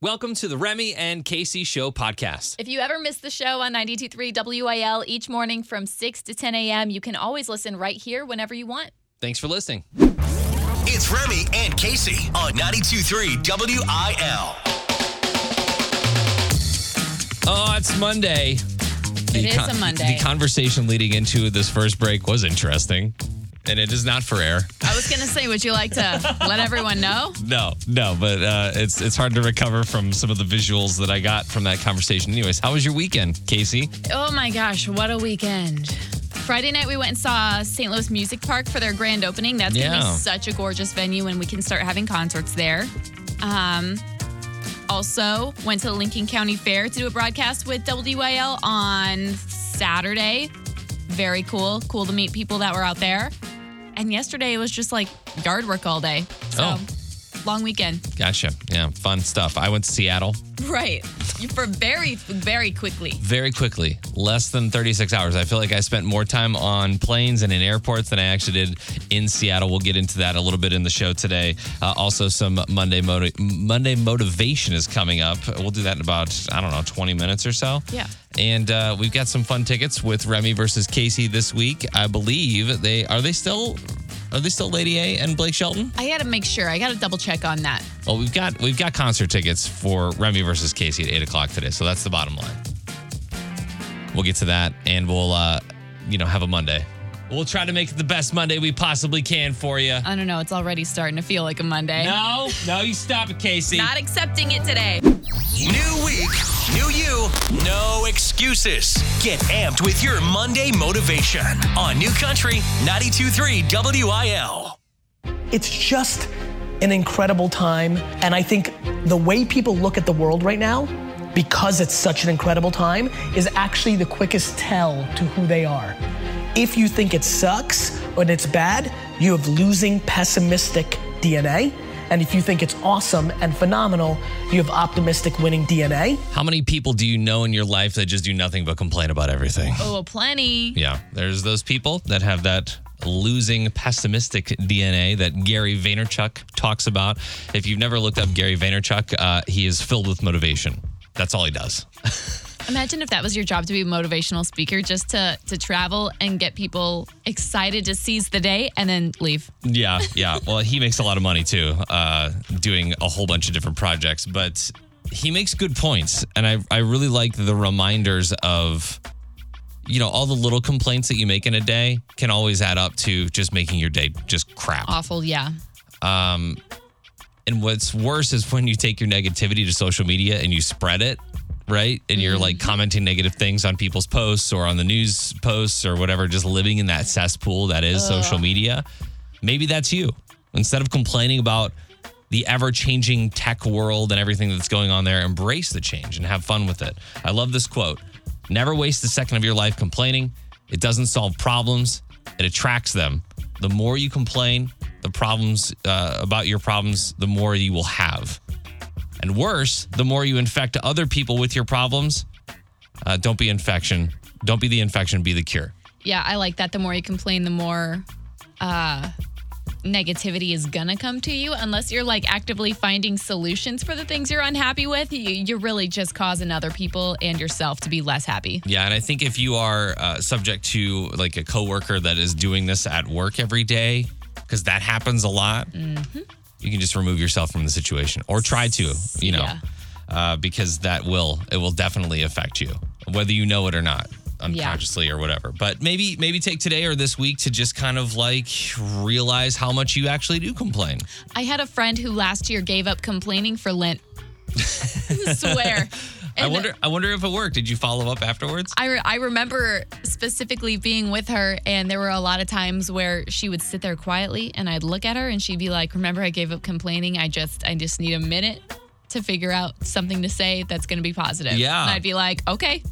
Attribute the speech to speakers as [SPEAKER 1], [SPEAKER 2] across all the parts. [SPEAKER 1] Welcome to the Remy and Casey Show podcast.
[SPEAKER 2] If you ever miss the show on 923 WIL each morning from 6 to 10 a.m., you can always listen right here whenever you want.
[SPEAKER 1] Thanks for listening.
[SPEAKER 3] It's Remy and Casey on 92.3 WIL.
[SPEAKER 1] Oh, it's Monday. It
[SPEAKER 2] is
[SPEAKER 1] is
[SPEAKER 2] a Monday.
[SPEAKER 1] The conversation leading into this first break was interesting, and it is not for air.
[SPEAKER 2] I was going to say, would you like to let everyone know?
[SPEAKER 1] No, no, but uh, it's it's hard to recover from some of the visuals that I got from that conversation. Anyways, how was your weekend, Casey?
[SPEAKER 2] Oh my gosh, what a weekend. Friday night, we went and saw St. Louis Music Park for their grand opening. That's going to
[SPEAKER 1] Yeah.
[SPEAKER 2] be such a gorgeous venue, and we can start having concerts there. Um, also, went to Lincoln County Fair to do a broadcast with WDYL on Saturday. Very cool. Cool to meet people that were out there. And yesterday, it was just like yard work all day. So,
[SPEAKER 1] Oh.
[SPEAKER 2] long weekend.
[SPEAKER 1] Gotcha. Yeah, fun stuff. I went to Seattle
[SPEAKER 2] Right. For very, very quickly.
[SPEAKER 1] very quickly, less than 36 hours. I feel like I spent more time on planes and in airports than I actually did in Seattle. We'll get into that a little bit in the show today. Uh, also, some Monday moti- Monday motivation is coming up. We'll do that in about I don't know 20 minutes or so.
[SPEAKER 2] Yeah.
[SPEAKER 1] And uh, we've got some fun tickets with Remy versus Casey this week. I believe they are they still are they still Lady A and Blake Shelton?
[SPEAKER 2] I got to make sure. I got to double check on that.
[SPEAKER 1] Well, we've got we've got concert tickets for Remy versus Casey at eight o'clock today, so that's the bottom line. We'll get to that, and we'll uh, you know have a Monday. We'll try to make it the best Monday we possibly can for you.
[SPEAKER 2] I don't know. It's already starting to feel like a Monday.
[SPEAKER 1] No, no, you stop it, Casey.
[SPEAKER 2] Not accepting it today.
[SPEAKER 3] New week, new you, no excuses. Get amped with your Monday motivation on New Country 92.3 WIL.
[SPEAKER 4] It's just an incredible time. And I think the way people look at the world right now, because it's such an incredible time, is actually the quickest tell to who they are. If you think it sucks and it's bad, you have losing pessimistic DNA. And if you think it's awesome and phenomenal, you have optimistic winning DNA.
[SPEAKER 1] How many people do you know in your life that just do nothing but complain about everything?
[SPEAKER 2] Oh, plenty.
[SPEAKER 1] Yeah, there's those people that have that losing pessimistic DNA that Gary Vaynerchuk talks about. If you've never looked up Gary Vaynerchuk, uh, he is filled with motivation. That's all he does.
[SPEAKER 2] Imagine if that was your job to be a motivational speaker, just to to travel and get people excited to seize the day and then leave.
[SPEAKER 1] Yeah, yeah. Well, he makes a lot of money too, uh, doing a whole bunch of different projects. But he makes good points, and I I really like the reminders of, you know, all the little complaints that you make in a day can always add up to just making your day just crap.
[SPEAKER 2] Awful, yeah.
[SPEAKER 1] And what's worse is when you take your negativity to social media and you spread it, right? And you're like commenting negative things on people's posts or on the news posts or whatever, just living in that cesspool that is social media. Maybe that's you. Instead of complaining about the ever changing tech world and everything that's going on there, embrace the change and have fun with it. I love this quote Never waste a second of your life complaining. It doesn't solve problems, it attracts them. The more you complain, the problems uh, about your problems, the more you will have. And worse, the more you infect other people with your problems. Uh, don't be infection. Don't be the infection, be the cure.
[SPEAKER 2] Yeah, I like that. The more you complain, the more uh negativity is gonna come to you unless you're like actively finding solutions for the things you're unhappy with you, you're really just causing other people and yourself to be less happy
[SPEAKER 1] Yeah, and I think if you are uh, subject to like a coworker that is doing this at work every day, because that happens a lot,
[SPEAKER 2] Mm-hmm.
[SPEAKER 1] you can just remove yourself from the situation or try to, you know,
[SPEAKER 2] Yeah.
[SPEAKER 1] uh, because that will it will definitely affect you, whether you know it or not, unconsciously or whatever. But maybe maybe take today or this week to just kind of like realize how much you actually do complain.
[SPEAKER 2] I had a friend who last year gave up complaining for Lent. Swear.
[SPEAKER 1] I
[SPEAKER 2] And
[SPEAKER 1] wonder I wonder if it worked. Did you follow up afterwards?
[SPEAKER 2] I, re- I remember specifically being with her, and there were a lot of times where she would sit there quietly, and I'd look at her, and she'd be like, "Remember, I gave up complaining. I just, I just need a minute to figure out something to say that's going to be positive."
[SPEAKER 1] Yeah.
[SPEAKER 2] And I'd be like, "Okay,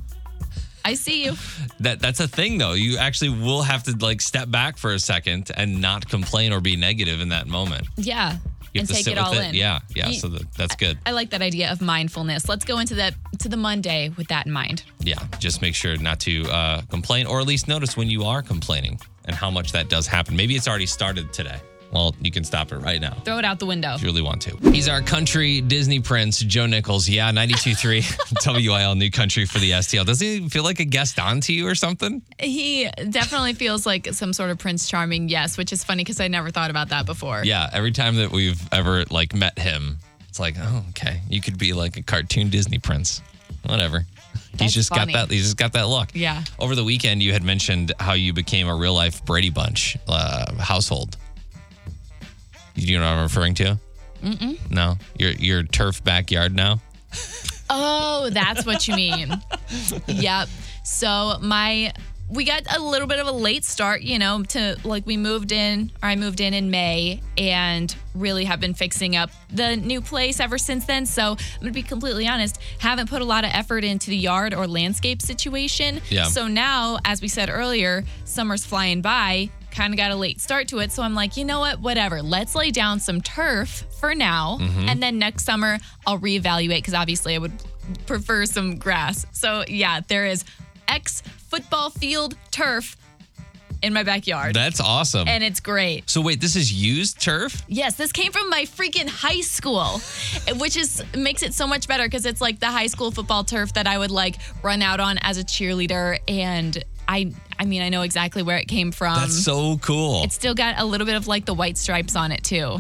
[SPEAKER 2] I see you."
[SPEAKER 1] That that's a thing though. You actually will have to like step back for a second and not complain or be negative in that moment.
[SPEAKER 2] Yeah.
[SPEAKER 1] You
[SPEAKER 2] and
[SPEAKER 1] have to
[SPEAKER 2] take
[SPEAKER 1] sit
[SPEAKER 2] it all
[SPEAKER 1] with
[SPEAKER 2] in.
[SPEAKER 1] it. Yeah, yeah.
[SPEAKER 2] You-
[SPEAKER 1] so that, that's good.
[SPEAKER 2] I like that idea of mindfulness. Let's go into that to the Monday with that in mind.
[SPEAKER 1] Yeah, just make sure not to uh, complain, or at least notice when you are complaining and how much that does happen. Maybe it's already started today. Well, you can stop it right now.
[SPEAKER 2] Throw it out the window.
[SPEAKER 1] if you really want to. He's our country Disney prince, Joe Nichols. Yeah, 92.3 WIL, new country for the STL. Does he feel like a guest on to you or something?
[SPEAKER 2] He definitely feels like some sort of Prince Charming, yes, which is funny because I never thought about that before.
[SPEAKER 1] Yeah, every time that we've ever like met him, it's like, oh, okay, you could be like a cartoon Disney prince, whatever. He's
[SPEAKER 2] That's
[SPEAKER 1] just
[SPEAKER 2] funny.
[SPEAKER 1] got that. He's just got that look.
[SPEAKER 2] Yeah.
[SPEAKER 1] Over the weekend, you had mentioned how you became a real life Brady Bunch uh, household. You know what I'm referring to? Mm-mm. No, your your turf backyard now.
[SPEAKER 2] Oh, that's what you mean. yep. So my we got a little bit of a late start, you know, to like we moved in or I moved in in May and really have been fixing up the new place ever since then. So I'm going to be completely honest, haven't put a lot of effort into the yard or landscape situation.
[SPEAKER 1] Yeah.
[SPEAKER 2] So now, as we said earlier, summer's flying by, kind of got a late start to it. So I'm like, you know what? Whatever. Let's lay down some turf for now. And then next summer, I'll reevaluate because obviously I would prefer some grass. So yeah, there is X football field turf in my backyard.
[SPEAKER 1] That's awesome.
[SPEAKER 2] and it's great.
[SPEAKER 1] So wait, this is used turf?
[SPEAKER 2] Yes, this came from my freaking high school, which is makes it so much better because it's like the high school football turf that I would like run out on as a cheerleader, and I I mean I know exactly where it came from.
[SPEAKER 1] That's so cool.
[SPEAKER 2] Mm-hmm. It's still got a little bit of like the white stripes on it too,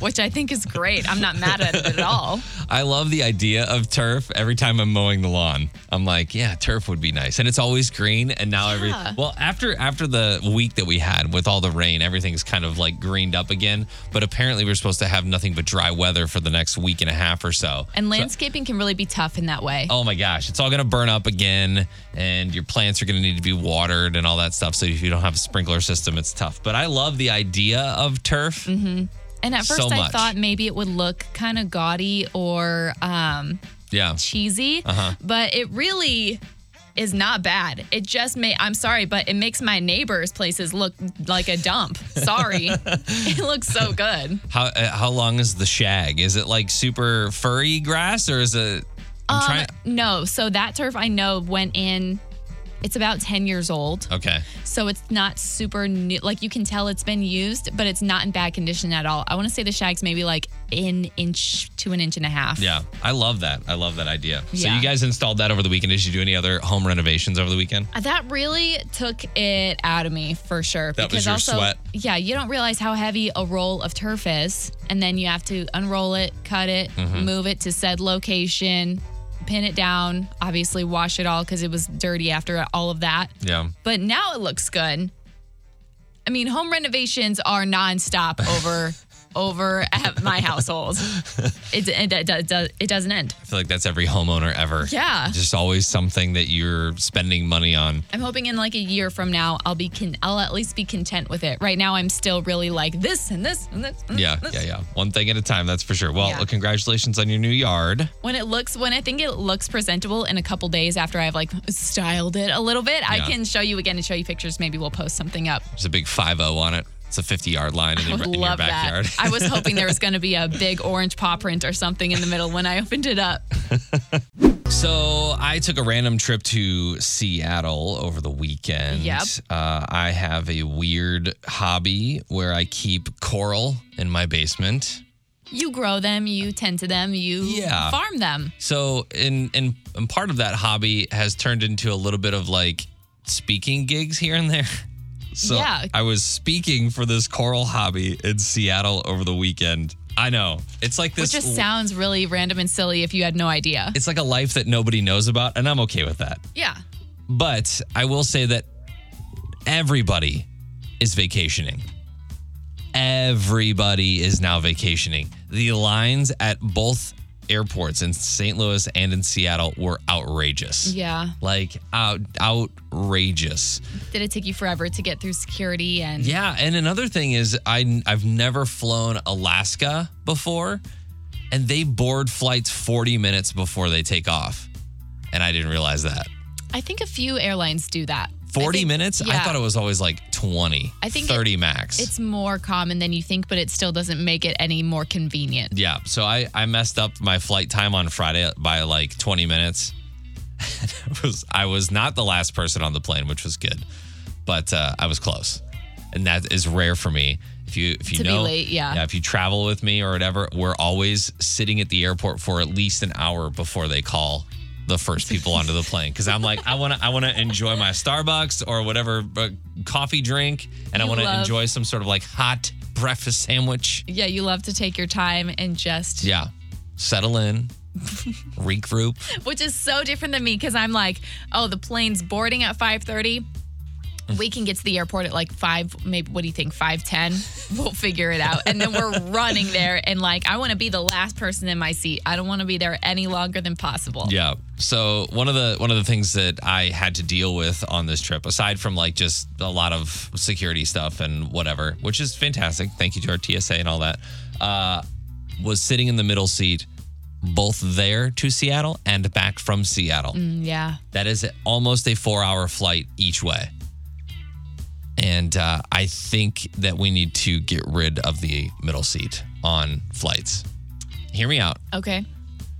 [SPEAKER 2] which I think is great. I'm not mad at it at all.
[SPEAKER 1] I love the idea of turf every time I'm mowing the lawn. I'm like, yeah, turf would be nice. And it's always green and now every
[SPEAKER 2] Yeah.
[SPEAKER 1] Well, after after the week that we had with all the rain, everything's kind of like greened up again, but apparently we're supposed to have nothing but dry weather for the next week and a half or so.
[SPEAKER 2] And landscaping can really be tough in that way.
[SPEAKER 1] oh my gosh, it's all going to burn up again, and your plants are going to need to be watered and all that stuff. So if you don't have a sprinkler system, it's tough. But I love the idea of turf.
[SPEAKER 2] Mm-hmm. And at
[SPEAKER 1] so
[SPEAKER 2] first I
[SPEAKER 1] much.
[SPEAKER 2] thought maybe it would look kind of gaudy or um,
[SPEAKER 1] Yeah.
[SPEAKER 2] cheesy,
[SPEAKER 1] Uh-huh.
[SPEAKER 2] but it really is not bad. It just may I'm sorry, but it makes my neighbors' places look like a dump. Sorry. it looks so good.
[SPEAKER 1] How uh, how long is the shag? Is it like super furry grass or is it? I'm
[SPEAKER 2] Um,
[SPEAKER 1] trying.
[SPEAKER 2] No, so that turf I know went in it's about 10 years old.
[SPEAKER 1] Okay,
[SPEAKER 2] So it's not super new. Like you can tell it's been used, but it's not in bad condition at all. I want to say the shag's maybe like an inch to an inch and a half.
[SPEAKER 1] yeah, I love that. I love that idea. So
[SPEAKER 2] Yeah.
[SPEAKER 1] you guys installed that over the weekend. Did you do any other home renovations over the weekend?
[SPEAKER 2] Uh, That really took it out of me for sure.
[SPEAKER 1] That was your sweat.
[SPEAKER 2] Yeah, you don't realize how heavy a roll of turf is, and then you have to unroll it, cut it,
[SPEAKER 1] Mm-hmm.
[SPEAKER 2] move it to said location, pin it down. Obviously, wash it all because it was dirty after all of that.
[SPEAKER 1] Yeah.
[SPEAKER 2] But now it looks good. I mean, home renovations are nonstop over over at my household. It it, it, it, it doesn't end.
[SPEAKER 1] I feel like that's every homeowner ever.
[SPEAKER 2] Yeah.
[SPEAKER 1] Just always something that you're spending money on.
[SPEAKER 2] I'm hoping in like a year from now, I'll be con- I'll at least be content with it. Right now, I'm still really like this and this and this. And
[SPEAKER 1] Yeah,
[SPEAKER 2] this.
[SPEAKER 1] yeah, yeah. One thing at a time, that's for sure. Well,
[SPEAKER 2] Oh,
[SPEAKER 1] uh,
[SPEAKER 2] Yeah.
[SPEAKER 1] congratulations on your new yard.
[SPEAKER 2] When it looks, when I think it looks presentable in a couple days after I've like styled it a little bit, I
[SPEAKER 1] Yeah.
[SPEAKER 2] can show you again and show you pictures. Maybe we'll post something up.
[SPEAKER 1] There's a big 5 0 on it. It's a 50 yard line in,
[SPEAKER 2] I
[SPEAKER 1] your,
[SPEAKER 2] would
[SPEAKER 1] in your
[SPEAKER 2] love
[SPEAKER 1] backyard.
[SPEAKER 2] that. I was hoping there was going to be a big orange paw print or something in the middle when I opened it up.
[SPEAKER 1] So I took a random trip to Seattle over the weekend.
[SPEAKER 2] Yep.
[SPEAKER 1] Uh, I have a weird hobby where I keep coral in my basement.
[SPEAKER 2] You grow them, you tend to them, you
[SPEAKER 1] Yeah.
[SPEAKER 2] farm them.
[SPEAKER 1] So and and and part of that hobby has turned into a little bit of like speaking gigs here and there. So
[SPEAKER 2] Yeah.
[SPEAKER 1] I was speaking for this coral hobby in Seattle over the weekend. I know. It's like
[SPEAKER 2] Which
[SPEAKER 1] this
[SPEAKER 2] just sounds really random and silly if you had no idea.
[SPEAKER 1] it's like a life that nobody knows about and I'm okay with that.
[SPEAKER 2] Yeah.
[SPEAKER 1] But I will say that everybody is vacationing. Everybody is now vacationing. The lines at both airports in St. Louis and in Seattle were outrageous.
[SPEAKER 2] Yeah.
[SPEAKER 1] Like out, outrageous.
[SPEAKER 2] Did it take you forever to get through security and
[SPEAKER 1] Yeah, and another thing is I I've never flown Alaska before and they board flights 40 minutes before they take off. And I didn't realize that.
[SPEAKER 2] I think a few airlines do that. I
[SPEAKER 1] 40
[SPEAKER 2] think-
[SPEAKER 1] minutes? I
[SPEAKER 2] yeah.
[SPEAKER 1] thought it was always like 20,
[SPEAKER 2] I think
[SPEAKER 1] 30 max.
[SPEAKER 2] It's more common than you think, but it still doesn't make it any more convenient.
[SPEAKER 1] yeah. So I, I messed up my flight time on Friday by like 20 minutes. I, was, I was not the last person on the plane, which was good, but uh, I was close. And that is rare for me. If you if you
[SPEAKER 2] To be
[SPEAKER 1] know
[SPEAKER 2] late, yeah.
[SPEAKER 1] if you travel with me or whatever, we're always sitting at the airport for at least an hour before they call the first people onto the plane because I'm like I want to I want to enjoy my Starbucks or whatever uh, coffee drink and I
[SPEAKER 2] You
[SPEAKER 1] want to
[SPEAKER 2] love-
[SPEAKER 1] enjoy some sort of like hot breakfast sandwich.
[SPEAKER 2] Yeah, you love to take your time and just,
[SPEAKER 1] Yeah, settle in, regroup.
[SPEAKER 2] which is so different than me because I'm like, oh, the plane's boarding at 5:30. We can get to the airport at like five, maybe. What do you think? Five ten. We'll figure it out, and then we're running there. And like, I want to be the last person in my seat. I don't want to be there any longer than possible.
[SPEAKER 1] Yeah. So one of the one of the things that I had to deal with on this trip, aside from like just a lot of security stuff and whatever, which is fantastic. Thank you to our TSA and all that. Uh, was sitting in the middle seat, both there to Seattle and back from Seattle.
[SPEAKER 2] Mm, yeah.
[SPEAKER 1] That is almost a four hour flight each way. And uh, I think that we need to get rid of the middle seat on flights. Hear me out.
[SPEAKER 2] Okay.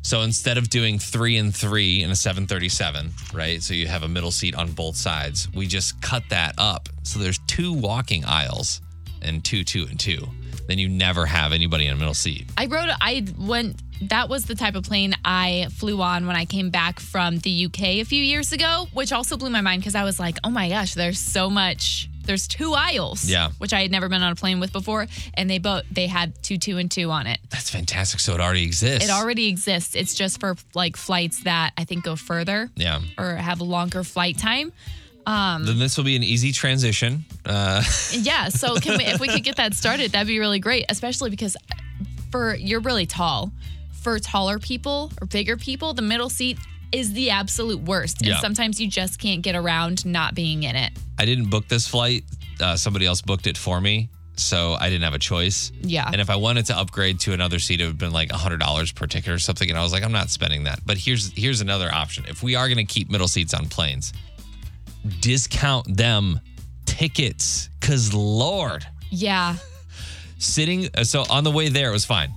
[SPEAKER 1] So instead of doing three and three in a 737, right? So you have a middle seat on both sides. We just cut that up. So there's two walking aisles and two, two, and two. Then you never have anybody in a middle seat.
[SPEAKER 2] I rode. I went. That was the type of plane I flew on when I came back from the UK a few years ago, which also blew my mind because I was like, "Oh my gosh, there's so much. There's two aisles."
[SPEAKER 1] Yeah.
[SPEAKER 2] Which I had never been on a plane with before, and they both they had two, two, and two on it.
[SPEAKER 1] That's fantastic. So it already exists.
[SPEAKER 2] It already exists. It's just for like flights that I think go further.
[SPEAKER 1] Yeah.
[SPEAKER 2] Or have a longer flight time.
[SPEAKER 1] Then this will be an easy transition. Uh,
[SPEAKER 2] Yeah. So can we, if we could get that started, that'd be really great, especially because for you're really tall. For taller people or bigger people, the middle seat is the absolute worst.
[SPEAKER 1] Yeah.
[SPEAKER 2] And sometimes you just can't get around not being in it.
[SPEAKER 1] I didn't book this flight. Uh, somebody else booked it for me. So I didn't have a choice.
[SPEAKER 2] Yeah.
[SPEAKER 1] And if I wanted to upgrade to another seat, it would have been like hundred dollars per ticket or something. And I was like, I'm not spending that. But here's here's another option. If we are gonna keep middle seats on planes, discount them tickets. Cause Lord
[SPEAKER 2] Yeah.
[SPEAKER 1] sitting uh, so on the way there it was fine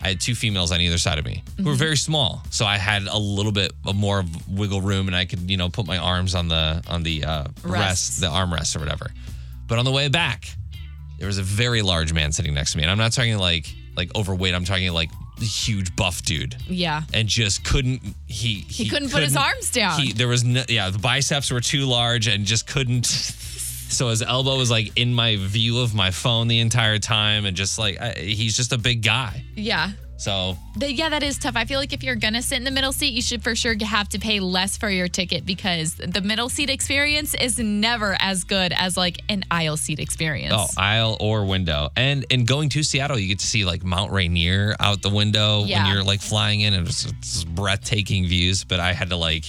[SPEAKER 1] i had two females on either side of me who were very small so i had a little bit of more of wiggle room and i could you know put my arms on the on the uh, rest
[SPEAKER 2] Rests.
[SPEAKER 1] the armrest or whatever but on the way back there was a very large man sitting next to me and i'm not talking like like overweight i'm talking like huge buff dude
[SPEAKER 2] Yeah.
[SPEAKER 1] and just couldn't he he,
[SPEAKER 2] couldn't put his arms down.
[SPEAKER 1] he there was no yeah the biceps were too large and just couldn't so his elbow was like in my view of my phone the entire time and just like I, he's just a big guy
[SPEAKER 2] Yeah.
[SPEAKER 1] so
[SPEAKER 2] But yeah, that is tough. I feel like if you're going to sit in the middle seat, you should for sure have to pay less for your ticket because the middle seat experience is never as good as like an aisle seat experience.
[SPEAKER 1] oh aisle or window and and going to seattle you get to see like mount rainier out the window
[SPEAKER 2] Yeah.
[SPEAKER 1] when you're like flying in and it's, it's breathtaking views but i had to like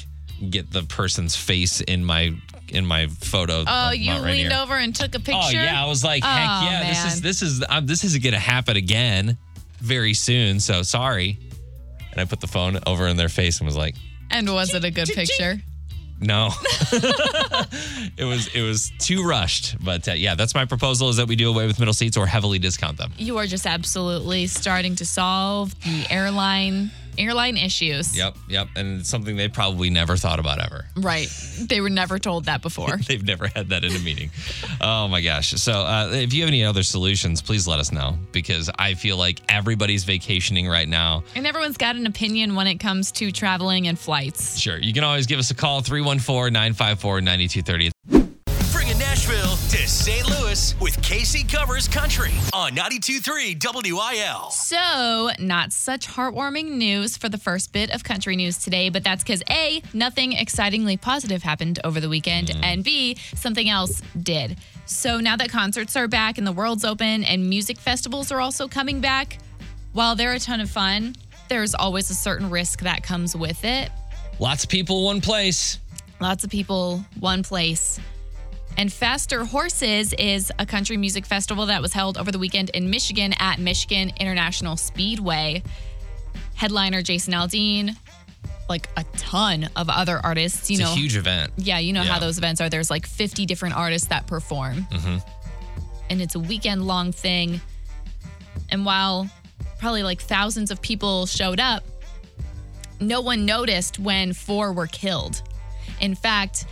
[SPEAKER 1] get the person's face in my in my photo
[SPEAKER 2] Oh,
[SPEAKER 1] of
[SPEAKER 2] you
[SPEAKER 1] mount rainier.
[SPEAKER 2] leaned over and took a picture.
[SPEAKER 1] Oh yeah, I was like, heck
[SPEAKER 2] Oh,
[SPEAKER 1] yeah, this
[SPEAKER 2] man.
[SPEAKER 1] is this is um, this is gonna happen again very soon. So sorry. And I put the phone over in their face and was like,
[SPEAKER 2] And was it a good picture?
[SPEAKER 1] no. it was it was too rushed. But uh, yeah, that's my proposal: is that we do away with middle seats or heavily discount them.
[SPEAKER 2] You are just absolutely starting to solve the airline airline issues.
[SPEAKER 1] Yep, yep, and it's something they probably never thought about ever.
[SPEAKER 2] Right. They were never told that before.
[SPEAKER 1] They've never had that in a meeting. Oh my gosh. So, uh, if you have any other solutions, please let us know because I feel like everybody's vacationing right now.
[SPEAKER 2] and everyone's got an opinion when it comes to traveling and flights.
[SPEAKER 1] Sure. You can always give us a call 314 954 9230.
[SPEAKER 3] Bringing Nashville to St. Louis with Casey Covers Country on 92.3 WIL.
[SPEAKER 2] So, not such heartwarming news for the first bit of country news today, but that's because A, nothing excitingly positive happened over the weekend, and B, something else did. So, now that concerts are back and the world's open and music festivals are also coming back, while they're a ton of fun, there's always a certain risk that comes with it.
[SPEAKER 1] Lots of people, one place.
[SPEAKER 2] Lots of people, one place. And Faster Horses is a country music festival that was held over the weekend in Michigan at Michigan International Speedway. Headliner Jason Aldean, like a ton of other artists, you
[SPEAKER 1] It's
[SPEAKER 2] know.
[SPEAKER 1] a huge event.
[SPEAKER 2] yeah, you know
[SPEAKER 1] Yeah.
[SPEAKER 2] how those events are. There's like 50 different artists that perform. And it's a weekend long thing. And while probably like thousands of people showed up, no one noticed when four were killed. In fact,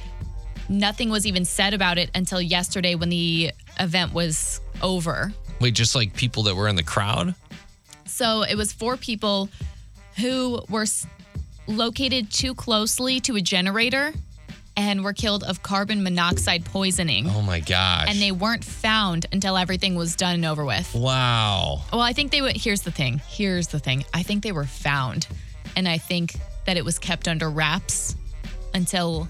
[SPEAKER 2] nothing was even said about it until yesterday when the event was over.
[SPEAKER 1] Wait, just like people that were in the crowd?
[SPEAKER 2] So it was four people who were s- located too closely to a generator and were killed of carbon monoxide poisoning.
[SPEAKER 1] Oh my gosh.
[SPEAKER 2] And they weren't found until everything was done and over with.
[SPEAKER 1] Wow.
[SPEAKER 2] Well, I think they would. Here's the thing. Here's the thing. I think they were found. And I think that it was kept under wraps until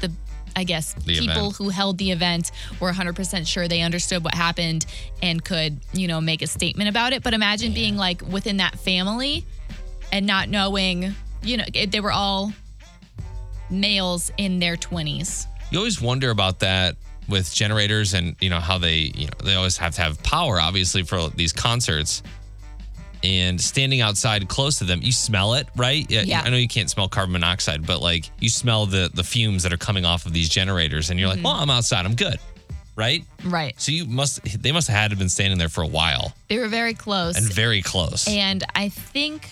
[SPEAKER 2] the, I guess,
[SPEAKER 1] The
[SPEAKER 2] people
[SPEAKER 1] event.
[SPEAKER 2] who held the event were 100% sure they understood what happened and could, you know, make a statement about it. But imagine being like within that family and not knowing, you know, it- they were all males in their 20s.
[SPEAKER 1] You always wonder about that with generators and you know how they you know they always have to have power obviously for these concerts. And standing outside close to them, you smell it, right?
[SPEAKER 2] Yeah.
[SPEAKER 1] I know you can't smell carbon monoxide, but like you smell the the fumes that are coming off of these generators, and you're
[SPEAKER 2] Mm-hmm.
[SPEAKER 1] like, "Well, I'm outside, I'm good," right?
[SPEAKER 2] Right.
[SPEAKER 1] So you must they must have had to have been standing there for a while
[SPEAKER 2] They were very close.
[SPEAKER 1] and very close.
[SPEAKER 2] And I think,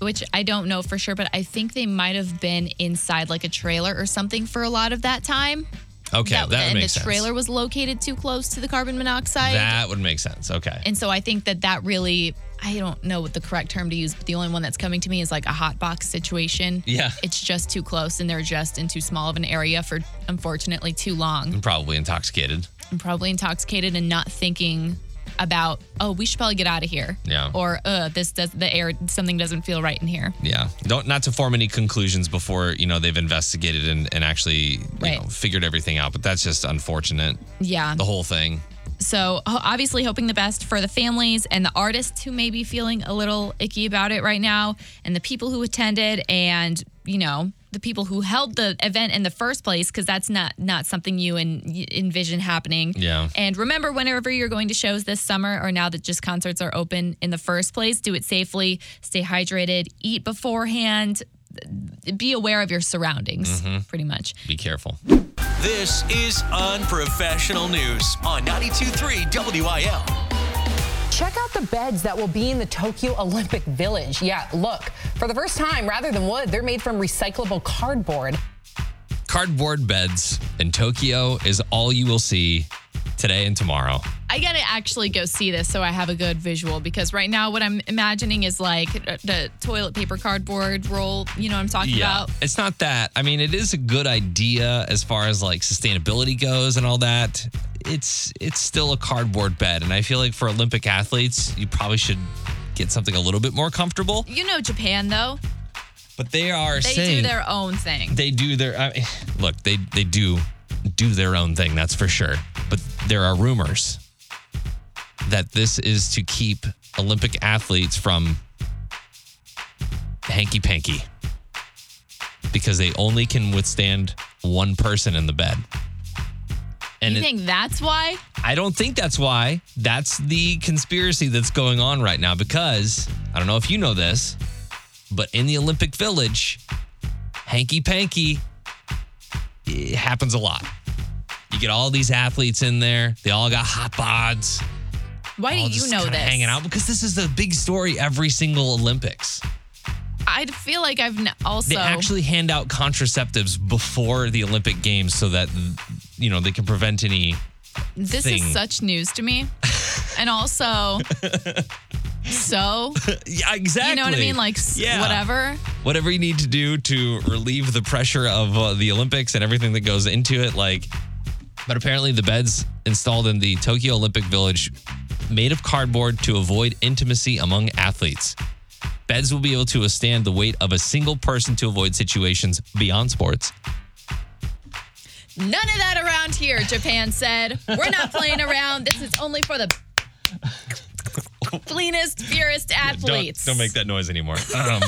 [SPEAKER 2] which I don't know for sure, but I think they might have been inside like a trailer or something for a lot of that time.
[SPEAKER 1] okay, that, would
[SPEAKER 2] and
[SPEAKER 1] make
[SPEAKER 2] the
[SPEAKER 1] sense.
[SPEAKER 2] trailer was located too close to the carbon monoxide.
[SPEAKER 1] that would make sense. Okay.
[SPEAKER 2] and so I think that that really, I don't know what the correct term to use, but the only one that's coming to me is like a hot box situation.
[SPEAKER 1] Yeah.
[SPEAKER 2] It's just too close and they're just in too small of an area for unfortunately too long.
[SPEAKER 1] I'm probably intoxicated.
[SPEAKER 2] I'm probably intoxicated and not thinking about, oh, we should probably get out of here.
[SPEAKER 1] Yeah.
[SPEAKER 2] Or, uh, this does, the air, something doesn't feel right in here.
[SPEAKER 1] Yeah. Don't not to form any conclusions before, you know, they've investigated and, and actually you
[SPEAKER 2] Right.
[SPEAKER 1] know, figured everything out. But that's just unfortunate.
[SPEAKER 2] Yeah.
[SPEAKER 1] The whole thing.
[SPEAKER 2] So, ho- obviously, hoping the best for the families and the artists who may be feeling a little icky about it right now, and the people who attended, and you know, the people who held the event in the first place, because that's not not something you en- y- envision happening.
[SPEAKER 1] Yeah.
[SPEAKER 2] And remember, whenever you're going to shows this summer, or now that just concerts are open in the first place, do it safely, stay hydrated, eat beforehand, be aware of your surroundings,
[SPEAKER 1] Mm-hmm.
[SPEAKER 2] pretty much.
[SPEAKER 1] Be careful.
[SPEAKER 3] This is Unprofessional News on 92.3 WIL.
[SPEAKER 5] Check out the beds that will be in the Tokyo Olympic Village. Yeah, look, for the first time, rather than wood, they're made from recyclable cardboard.
[SPEAKER 1] Cardboard beds in Tokyo is all you will see today and tomorrow.
[SPEAKER 2] I gotta actually go see this so I have a good visual because right now what I'm imagining is like the toilet paper cardboard roll. You know what I'm talking about?
[SPEAKER 1] It's not that. I mean, it is a good idea as far as like sustainability goes and all that. It's it's still a cardboard bed. And I feel like for Olympic athletes, you probably should get something a little bit more comfortable.
[SPEAKER 2] You know Japan though;
[SPEAKER 1] But they are
[SPEAKER 2] they
[SPEAKER 1] saying
[SPEAKER 2] do their own thing.
[SPEAKER 1] they do their I mean, look they they do do their own thing that's for sure but there are rumors that this is to keep olympic athletes from hanky panky because they only can withstand one person in the bed and
[SPEAKER 2] you
[SPEAKER 1] it-
[SPEAKER 2] think that's why?
[SPEAKER 1] I don't think that's why. That's the conspiracy that's going on right now because I don't know if you know this, but in the Olympic Village, hanky panky it happens a lot. You get all these athletes in there, they all got hot bods.
[SPEAKER 2] Why
[SPEAKER 1] all
[SPEAKER 2] do you
[SPEAKER 1] just
[SPEAKER 2] know
[SPEAKER 1] kinda
[SPEAKER 2] this?
[SPEAKER 1] Hanging out because this is the big story every single Olympics.
[SPEAKER 2] I feel like I've n- also
[SPEAKER 1] They actually hand out contraceptives before the Olympic Games so that you know they can prevent any
[SPEAKER 2] this
[SPEAKER 1] thing.
[SPEAKER 2] is such news to me, and also so
[SPEAKER 1] yeah, exactly.
[SPEAKER 2] you know what I mean? Like s-
[SPEAKER 1] Yeah.
[SPEAKER 2] whatever.
[SPEAKER 1] whatever you need to do to relieve the pressure of uh, the Olympics and everything that goes into it. Like, but apparently the beds installed in the Tokyo Olympic Village made of cardboard to avoid intimacy among athletes. Beds will be able to withstand the weight of a single person to avoid situations beyond sports.
[SPEAKER 2] None of that around here, Japan said. We're not playing around. This is only for the cleanest, purest athletes.
[SPEAKER 1] Don't, don't make that noise anymore. Um,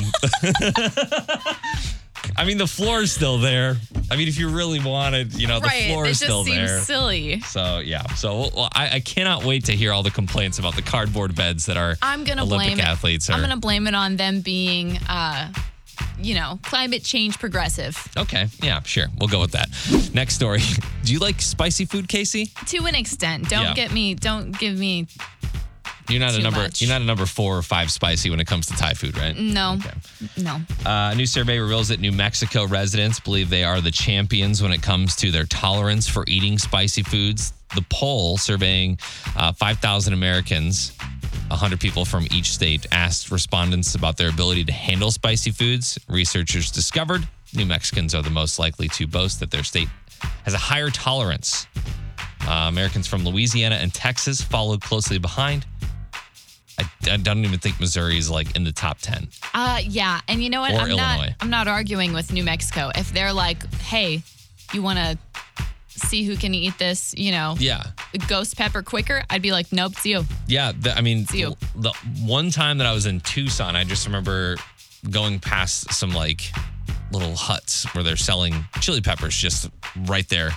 [SPEAKER 1] I mean, the floor is still there. I mean, if you really wanted, you know, the
[SPEAKER 2] Right.
[SPEAKER 1] floor
[SPEAKER 2] it
[SPEAKER 1] is
[SPEAKER 2] just
[SPEAKER 1] still
[SPEAKER 2] seems
[SPEAKER 1] there.
[SPEAKER 2] silly.
[SPEAKER 1] So yeah, so well, well, I, I cannot wait to hear all the complaints about the cardboard beds that our
[SPEAKER 2] I'm gonna
[SPEAKER 1] Olympic
[SPEAKER 2] blame
[SPEAKER 1] athletes
[SPEAKER 2] it.
[SPEAKER 1] are.
[SPEAKER 2] I'm gonna blame it on them being, uh, you know, climate change progressive
[SPEAKER 1] okay, yeah, sure, we'll go with that. Next story. Do you like spicy food, Casey?
[SPEAKER 2] to an extent. Don't
[SPEAKER 1] Yeah.
[SPEAKER 2] get me. Don't give me
[SPEAKER 1] You're not a
[SPEAKER 2] Too
[SPEAKER 1] number.
[SPEAKER 2] much.
[SPEAKER 1] You're not a number four or five spicy when it comes to Thai food, right?
[SPEAKER 2] No. No.
[SPEAKER 1] Uh, a new survey reveals that New Mexico residents believe they are the champions when it comes to their tolerance for eating spicy foods. The poll surveying uh, 5,000 Americans, 100 people from each state, asked respondents about their ability to handle spicy foods. Researchers discovered New Mexicans are the most likely to boast that their state has a higher tolerance. Uh, Americans from Louisiana and Texas followed closely behind. I, I don't even think Missouri is like in the top 10.
[SPEAKER 2] Uh, yeah, and you know what?
[SPEAKER 1] Or
[SPEAKER 2] I'm
[SPEAKER 1] Illinois.
[SPEAKER 2] not. I'm not arguing with New Mexico. If they're like, "Hey, you want to see who can eat this?" You know,
[SPEAKER 1] Yeah.
[SPEAKER 2] ghost pepper quicker. I'd be like, "Nope, it's you."
[SPEAKER 1] Yeah, the, I mean,
[SPEAKER 2] you.
[SPEAKER 1] the one time that I was in Tucson, I just remember going past some like little huts where they're selling chili peppers just right there.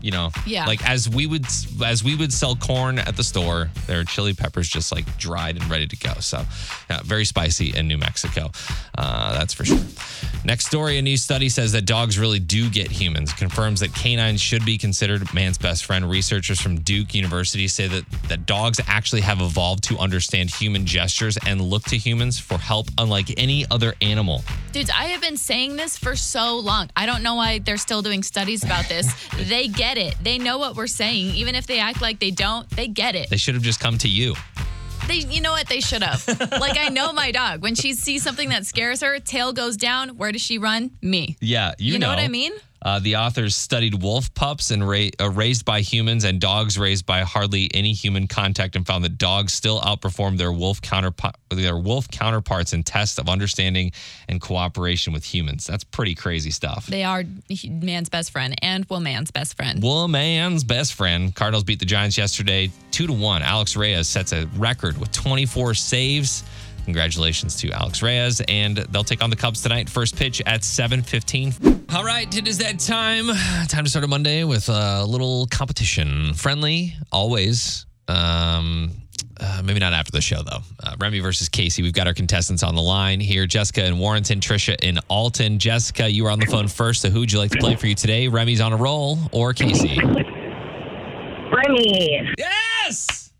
[SPEAKER 1] You know,
[SPEAKER 2] Yeah.
[SPEAKER 1] Like as we would as we would sell corn at the store, there are chili peppers just like dried and ready to go. So, yeah, very spicy in New Mexico, uh, that's for sure. Next story: A new study says that dogs really do get humans. Confirms that canines should be considered man's best friend. Researchers from Duke University say that that dogs actually have evolved to understand human gestures and look to humans for help, unlike any other animal.
[SPEAKER 2] Dudes, I have been saying this for so long. I don't know why they're still doing studies about this. they get it. They know what we're saying, even if they act like they don't. They get it.
[SPEAKER 1] They should have just come to you.
[SPEAKER 2] They, you know what? They should have. like I know my dog. When she sees something that scares her, tail goes down. Where does she run? Me.
[SPEAKER 1] Yeah, you,
[SPEAKER 2] You know what I mean?
[SPEAKER 1] Uh, the authors studied wolf pups and ra- uh, raised by humans and dogs raised by hardly any human contact, and found that dogs still outperformed their wolf counterpo- their wolf counterparts in tests of understanding and cooperation with humans. That's pretty crazy stuff.
[SPEAKER 2] They are man's best friend and woman's best friend.
[SPEAKER 1] Well, man's best friend. Cardinals beat the Giants yesterday, two to one. Alex Reyes sets a record with 24 saves. Congratulations to Alex Reyes, and they'll take on the Cubs tonight. First pitch at 7:15. All right, it is that time. Time to start a Monday with a little competition. Friendly, always. Um, uh, maybe not after the show though. Uh, Remy versus Casey. We've got our contestants on the line here. Jessica in Warrenton, Trisha in Alton. Jessica, you were on the phone first. So who'd you like to play for you today? Remy's on a roll or Casey?
[SPEAKER 6] Remy.
[SPEAKER 1] Yes.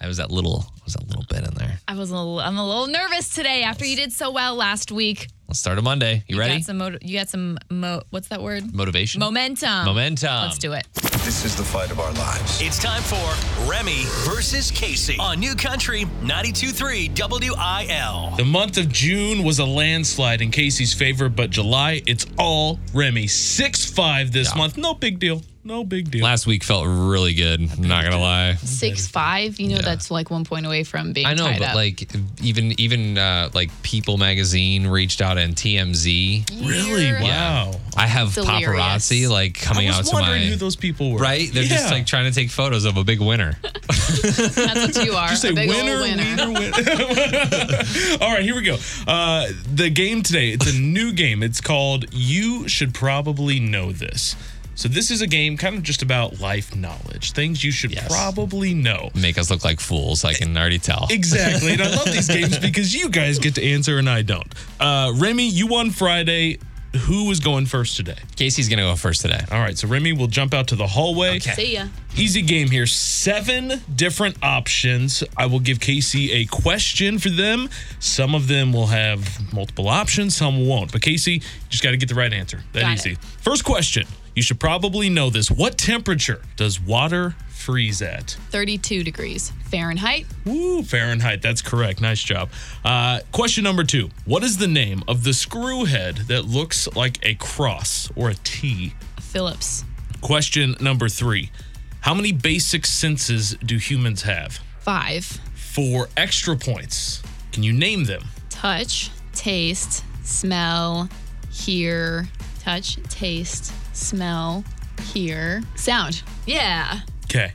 [SPEAKER 1] I was that little. I was that little bit in there.
[SPEAKER 2] I was a little, I'm a little nervous today after you did so well last week.
[SPEAKER 1] Let's start a Monday. You, ready?
[SPEAKER 2] Got some mo- you got some mo- what's that word?
[SPEAKER 1] Motivation.
[SPEAKER 2] Momentum.
[SPEAKER 1] Momentum.
[SPEAKER 2] Let's do it.
[SPEAKER 7] This is the fight of our lives.
[SPEAKER 3] It's time for Remy versus Casey on New Country 923 WIL.
[SPEAKER 8] The month of June was a landslide in Casey's favor, but July, it's all Remy. 6 5 this month. No big deal. No big deal.
[SPEAKER 1] Last week felt really good. I'm not gonna lie.
[SPEAKER 2] Six five. You know that's like one point away from being.
[SPEAKER 1] I know,
[SPEAKER 2] tied
[SPEAKER 1] but
[SPEAKER 2] up.
[SPEAKER 1] like even even uh, like People Magazine reached out and TMZ.
[SPEAKER 8] really?
[SPEAKER 2] You're-
[SPEAKER 8] Wow.
[SPEAKER 1] I have
[SPEAKER 2] Delirious.
[SPEAKER 1] paparazzi like coming
[SPEAKER 8] I was
[SPEAKER 1] out to
[SPEAKER 8] wondering
[SPEAKER 1] my
[SPEAKER 8] who those people were.
[SPEAKER 1] right. They're just
[SPEAKER 8] Yeah.
[SPEAKER 1] like trying to take photos of a big winner.
[SPEAKER 2] that's what you are.
[SPEAKER 8] Say
[SPEAKER 2] a big
[SPEAKER 8] winner,
[SPEAKER 2] old winner.
[SPEAKER 8] winner, winner. All right, here we go. Uh, the game today, it's a new game. It's called You Should Probably Know This. So, this is a game kind of just about life knowledge, things you should probably know.
[SPEAKER 1] Make us look like fools. I can already tell.
[SPEAKER 8] Exactly. And I love these games because you guys get to answer and I don't. Uh, Remy, you won Friday. Who is going first today?
[SPEAKER 1] Casey's gonna go first today.
[SPEAKER 8] All right, so Remy will jump out to the hallway.
[SPEAKER 2] See ya.
[SPEAKER 8] Easy game here. Seven different options. I will give Casey a question for them. Some of them will have multiple options, some won't. But Casey, you just got to get the right answer. That
[SPEAKER 2] Got
[SPEAKER 8] easy.
[SPEAKER 2] it.
[SPEAKER 8] First question. You should probably know this. What temperature does water freeze at?
[SPEAKER 2] Thirty-two degrees Fahrenheit.
[SPEAKER 8] Woo, Fahrenheit. That's correct. Nice job. Uh, question number two What is the name of the screw head that looks like a cross or a T?
[SPEAKER 2] Phillips.
[SPEAKER 8] Question number three How many basic senses do humans have?
[SPEAKER 2] Five.
[SPEAKER 8] For extra points, can you name them?
[SPEAKER 2] Touch. Taste. Smell. Hear. Touch. Taste. Smell. Hear. Sound. Yeah.
[SPEAKER 8] Okay.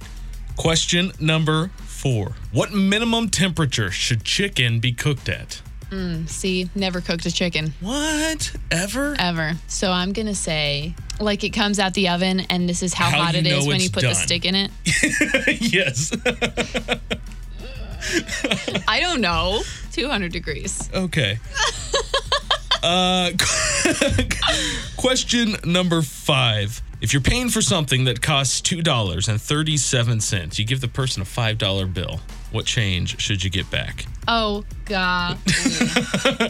[SPEAKER 8] Question number four What minimum temperature should chicken be cooked at?
[SPEAKER 2] See, never cooked a chicken
[SPEAKER 8] What? Ever?
[SPEAKER 2] ever. So I'm gonna say, like, it comes out the oven, and this is how,
[SPEAKER 8] How
[SPEAKER 2] hot
[SPEAKER 8] you
[SPEAKER 2] it is
[SPEAKER 8] know
[SPEAKER 2] when you
[SPEAKER 8] it's
[SPEAKER 2] put the
[SPEAKER 8] done.
[SPEAKER 2] stick in it.
[SPEAKER 8] yes.
[SPEAKER 2] I don't know. 200 degrees.
[SPEAKER 8] Okay. uh, Question number five. If you're paying for something that costs $2.37, you give the person a $5 bill. What change should you get back?
[SPEAKER 2] Oh god.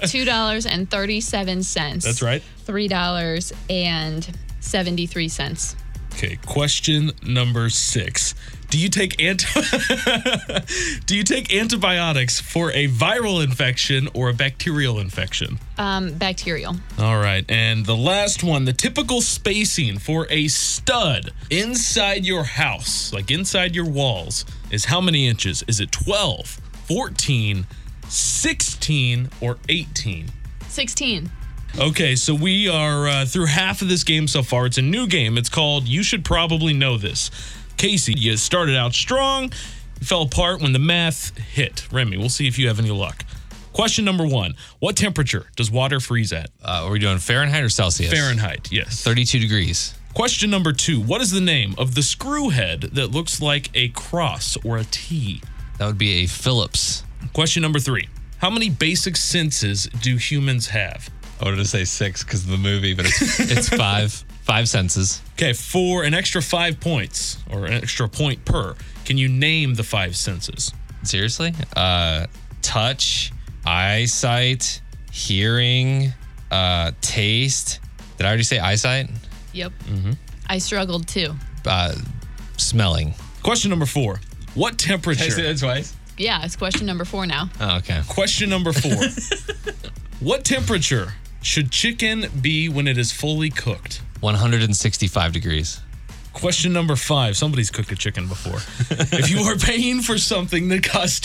[SPEAKER 2] Two dollars and thirty-seven cents.
[SPEAKER 8] That's right.
[SPEAKER 2] Three dollars and seventy-three cents.
[SPEAKER 8] Okay, question number six. Do you take anti- Do you take antibiotics for a viral infection or a bacterial infection?
[SPEAKER 2] Um, bacterial.
[SPEAKER 8] All right, and the last one, the typical spacing for a stud inside your house, like inside your walls, is how many inches? Is it 12, 14, 16, or 18?
[SPEAKER 2] Sixteen.
[SPEAKER 8] Okay, so we are uh, through half of this game so far. It's a new game. It's called You Should Probably Know This. Casey, you started out strong, you fell apart when the math hit. Remy, we'll see if you have any luck. Question number one What temperature does water freeze at?
[SPEAKER 1] Uh, are we doing Fahrenheit or Celsius?
[SPEAKER 8] Fahrenheit, yes.
[SPEAKER 1] 32 degrees.
[SPEAKER 8] Question number two What is the name of the screw head that looks like a cross or a T?
[SPEAKER 1] That would be a Phillips.
[SPEAKER 8] Question number three How many basic senses do humans have?
[SPEAKER 1] I wanted to say six because of the movie, but it's, it's five. Five senses.
[SPEAKER 8] Okay, for an extra five points or an extra point per, can you name the five senses?
[SPEAKER 1] Seriously? Uh, touch, eyesight, hearing, uh, taste. Did I already say eyesight?
[SPEAKER 2] Yep.
[SPEAKER 8] Mm-hmm.
[SPEAKER 2] I struggled too.
[SPEAKER 1] Uh, smelling.
[SPEAKER 8] Question number four. What temperature?
[SPEAKER 1] twice?
[SPEAKER 2] Yeah, it's question number four now.
[SPEAKER 1] Oh, okay.
[SPEAKER 8] Question number four. what temperature should chicken be when it is fully cooked?
[SPEAKER 1] 165 degrees.
[SPEAKER 8] Question number five. Somebody's cooked a chicken before. if you are paying for something that costs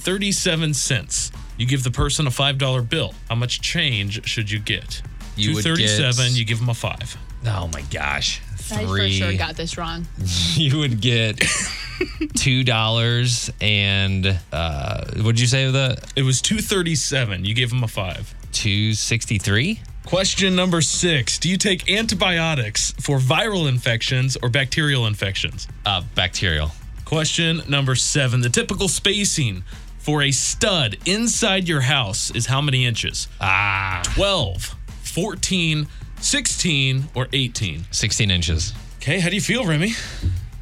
[SPEAKER 8] $2.37, you give the person a $5 bill. How much change should you get?
[SPEAKER 1] You would get-
[SPEAKER 8] 237, you give them a five.
[SPEAKER 1] Oh my gosh.
[SPEAKER 2] I for sure got this wrong.
[SPEAKER 1] you would get two dollars and uh what'd you say the
[SPEAKER 8] It was 237. You gave him a five.
[SPEAKER 1] 263
[SPEAKER 8] Question number six Do you take antibiotics for viral infections or bacterial infections?
[SPEAKER 1] uh bacterial
[SPEAKER 8] Question number seven The typical spacing for a stud inside your house is how many inches?
[SPEAKER 1] ah
[SPEAKER 8] 12, 14, 16, or 18?
[SPEAKER 1] 16 inches
[SPEAKER 8] Okay, how do you feel, Remy?